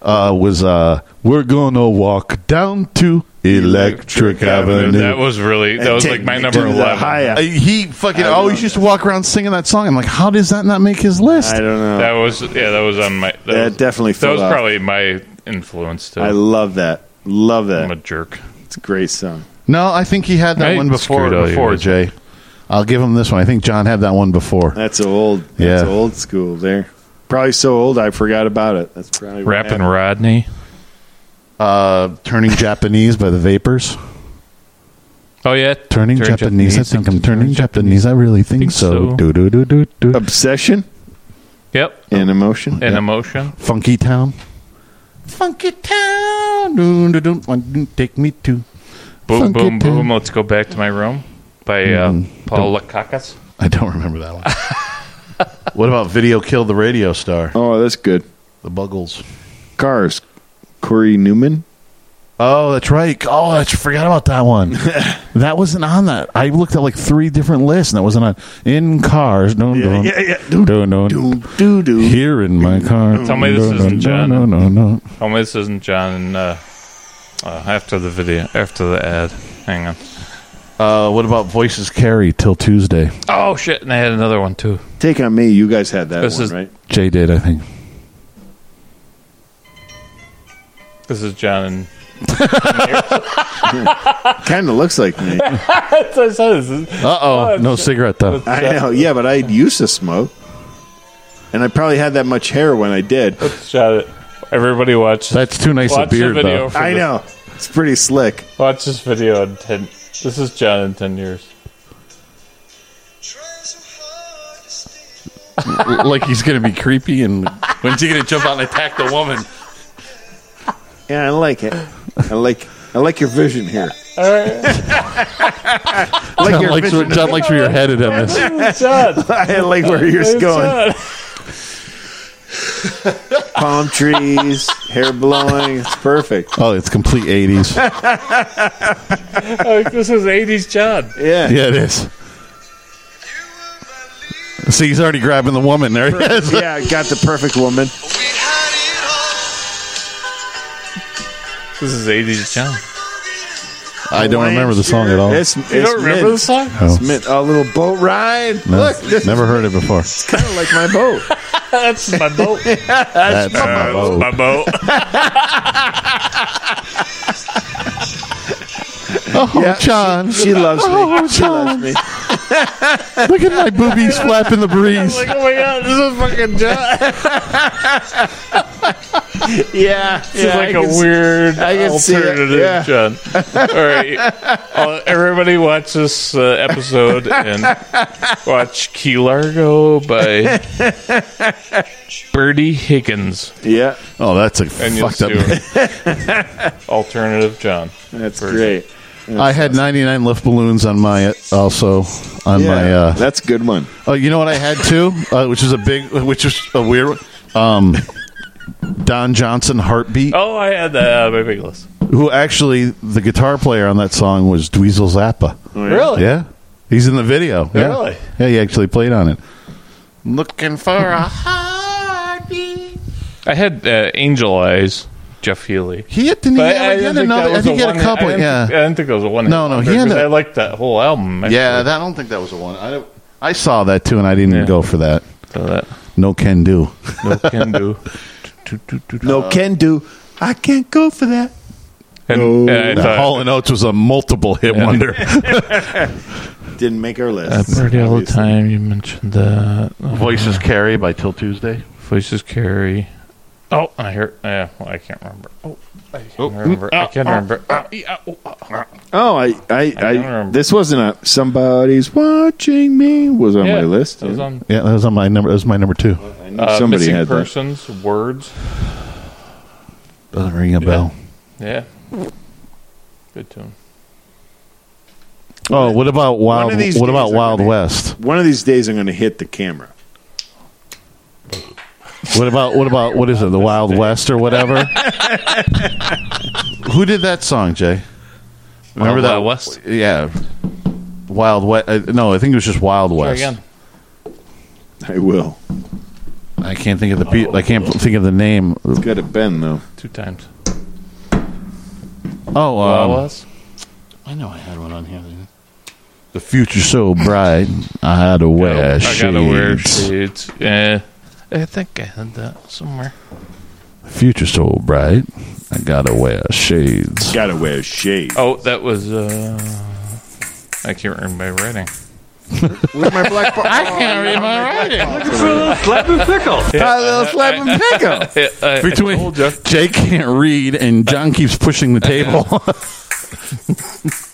A: Uh, was uh, we're gonna walk down to Electric Avenue.
E: That was really that was like my number eleven.
A: Uh, he fucking
E: I
A: always used to walk around singing that song. I'm like, how does that not make his list?
D: don't know.
E: That was yeah. That was on my. That,
D: That
E: was,
D: definitely
E: That
D: fell
E: was
D: off.
E: probably my influence too.
D: I love that. Love that. I'm a
E: jerk.
D: It's a great song.
A: No, I think he had that
D: I
A: one before.
D: screwed all you
A: Before
D: guys.
A: Jay, I'll give him this one. I think John had that one before.
D: That's old.
A: Yeah.
D: That's old school. There. Probably so old I forgot about it. That's probably what
E: Rapping
D: happened.
E: Rodney.
A: Uh, turning Japanese by the Vapors.
E: Oh yeah,
A: Turning Japanese. I think I'm turning Japanese. I really think, so. Do do do do do.
D: Obsession
E: Yep.
D: and emotion.
E: And emotion.
A: Funky Town. Funky Town. Doo, doo, doo. One, doo, Take me to.
E: Boom
A: Funky
E: boom
A: Town.
E: boom. Let's go back to my room by uh,
A: Mm-hmm.
E: Paul Lakakas.
A: I don't remember that one. what about Video Killed the Radio Star?
D: Oh, that's good.
A: The Buggles.
D: Cars. Corey Newman.
A: Oh, that's right. Oh, I forgot about that one. that wasn't on that. I looked at like three different lists, and that wasn't on. In cars, no, no,
D: yeah, yeah.
A: no, no,
D: do do.
A: Here in my car.
E: Tell me this
A: Dun, dun, dun,
E: isn't John.
A: No, no, no.
E: Oh, my, this isn't John. And, uh, uh, after the video, after the ad. Hang on.
A: Uh, what about Voices Carry till Tuesday?
E: Oh shit! And I had another one too.
D: Take on me. You guys had that
E: This
D: one,
E: is-
D: right?
A: Jay did, I think.
E: This is John. And
D: kind of looks like me.
E: That's what I said. This is-
D: Oh,
A: Uh-oh, no cigarette though.
D: I know. Yeah, but I used to smoke, and I probably had that much hair when I did.
E: Let's shot it. Everybody watch.
A: That's too nice a
E: watch the
A: beard,
E: video
A: though.
E: for
D: I
E: this.
D: know. It's pretty slick.
E: Watch this video in ten. This is John in ten years.
A: like he's gonna be creepy and
E: When's he gonna jump out and attack the woman?
D: Yeah, I like it. I like. I like your vision here. I like
A: John
D: your
A: likes where-
D: vision.
A: John likes where you're headed on this.
D: I like where you're going. Palm trees, hair blowing. It's perfect.
A: Oh, it's complete eighties.
E: this is '80s John.
D: Yeah.
A: Yeah, it is. See, he's already grabbing the woman. There he is.
D: yeah, I got the perfect woman.
E: This is '80s John.
A: I don't remember the song at all.
D: It's, it's mint. It's mint. A little boat ride.
A: No,
D: Look, this
A: never heard it before.
D: is kind of like my boat.
B: That's my boat.
A: That's my boat.
B: my boat.
A: Oh, John.
D: She, she loves me.
A: Oh,
D: she loves me.
A: Look at my boobies flap in the breeze.
B: like, oh my god, this is fucking John.
D: yeah,
B: this is
E: yeah, I
B: like a
E: can s-
B: weird
E: I can see it,
B: alternative,
E: yeah.
B: John. All right, Uh, everybody, watch this uh, episode and watch Key Largo by Bertie Higgins.
D: Yeah.
A: Oh, that's a
B: And you'll
A: fucked up.
B: see it. alternative John.
D: That's great.
A: I had 99 lift balloons on my also on
D: Yeah,
A: my. Uh,
D: that's a good one.
A: Oh, you know what I had too, uh, which is a big, which is a weird. one? Um, Don Johnson heartbeat.
B: Oh, I had that on my big list.
A: Who actually the guitar player on that song was Dweezil Zappa.
B: Oh, yeah? Really?
A: Yeah, he's in the video. Yeah.
B: Really?
A: Yeah, he actually played on it.
B: Looking for a heartbeat. I had uh, Angel Eyes, Jeff Healy.
A: He had, didn't he
B: But
A: have-
B: I
A: he had
B: didn't think
A: another-
B: that
A: I
B: was
A: think he had a
B: one-hit-
A: couple,
B: I didn't
A: yeah.
B: think- I didn't think that was a one.
A: No, no, he had a-
B: I liked that whole album.
A: Yeah, that, I don't think that was a one. I, don't, I saw that too, and I didn't go for that. No can do.
B: No can do.
A: Uh,
D: No can do. I can't go for that.
A: And,
D: uh, I thought-
A: Hall and Oates was a multiple hit
D: Yeah.
A: wonder.
D: Didn't make our list.
E: I've heard it all the time. You mentioned that.
B: uh,
A: Voices Carry by Till Tuesday.
E: Voices Carry.
B: Oh, I heard. Yeah, well, I can't remember. Oh, I can't remember. I can't remember.
A: Oh,
D: Oh, I, I, I, this wasn't a somebody's watching me was on
B: Yeah,
D: my list.
B: that was on-
A: Yeah, that was on my number. That was my number two.
D: knew
E: uh,
D: somebody
B: missing
D: had that.
B: persons, words.
A: Doesn't ring a bell.
B: Yeah, good tune.
A: Oh, what about Wild?
D: of these
A: What
D: days
A: about
D: I'm
A: Wild West?
D: One of these days, I'm going to hit the camera.
A: What about what about what is it? The Wild West or whatever? Who did that song, Jay? Remember
E: Oh, Wild
A: that
E: Wild West?
A: Yeah, Wild West. Uh, no, I think it was just Wild West.
E: again.
D: I will.
A: I can't think of the pe- I can't think of the name. It's
D: got to bend though.
E: Two times.
A: Oh, um,
E: I know I had one on here.
A: the future so bright. I had to wear
E: I gotta wear
A: shades.
E: shades. Yeah. I think I had that somewhere.
A: Future so bright. I gotta wear shades.
D: Gotta wear shades.
E: Oh, that was. uh I can't remember my writing.
D: With my black box. I can't read my writing. Looking for a little slap and pickle. a little slap and pickle.
A: Between Jay can't read and John keeps pushing the table.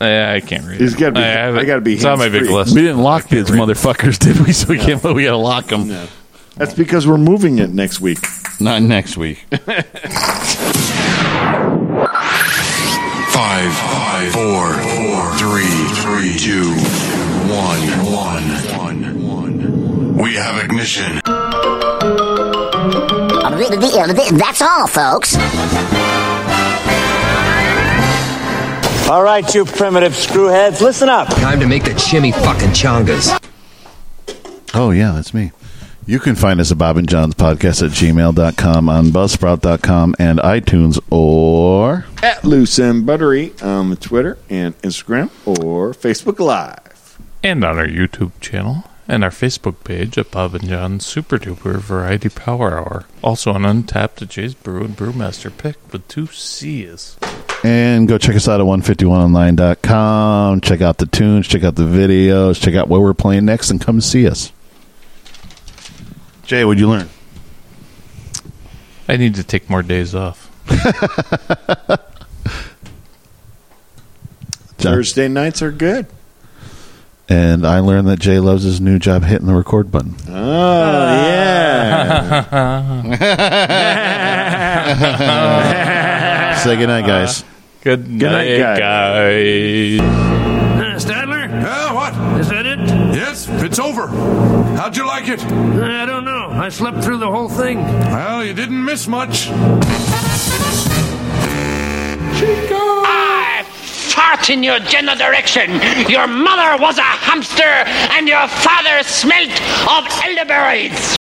E: Yeah, I can't read.
A: He's
E: it.
A: gotta be-
E: have it.
A: I gotta be
E: It's on my big
A: hands-free.
E: list.
A: We didn't lock these motherfuckers, did we? So we can't. We gotta lock them.
D: That's because we're moving it next week.
A: Not next week.
P: Five, five, four, four, three, three, two, one, one, one. We have ignition.
K: That's all, folks. All right, you primitive screwheads, listen up. Time to make the chimmy fucking chongas.
A: Oh, yeah, that's me. You can find us at Bob and John's podcast at gmail.com, on buzzsprout.com, and iTunes, or.
D: At Loose and Buttery on the Twitter and Instagram or Facebook Live.
E: And on our YouTube channel and our Facebook page at Bob and John's Super Duper Variety Power Hour. Also on Untapped at Jay's Brew and Brewmaster Pick with two C's.
A: And go check us out at 151online.com. Check out the tunes, check out the videos, check out what we're playing next, and come see us. Jay, what'd you learn?
E: I need to take more days off.
A: John.
D: Thursday nights are good.
A: And I learned that Jay loves his new job hitting the record button.
D: Oh, yeah.
A: Say goodnight, guys.
E: Good
A: night,
E: guys.
R: Uh, Stadler? Yeah, what? Is that it?
P: Uh, Yes, it's over. How'd you like it?
R: I don't know. I slept through the whole thing.
P: Well, you didn't miss much.
R: Chico!
H: I fart in your general direction. Your mother was a hamster, and your father smelt of elderberries.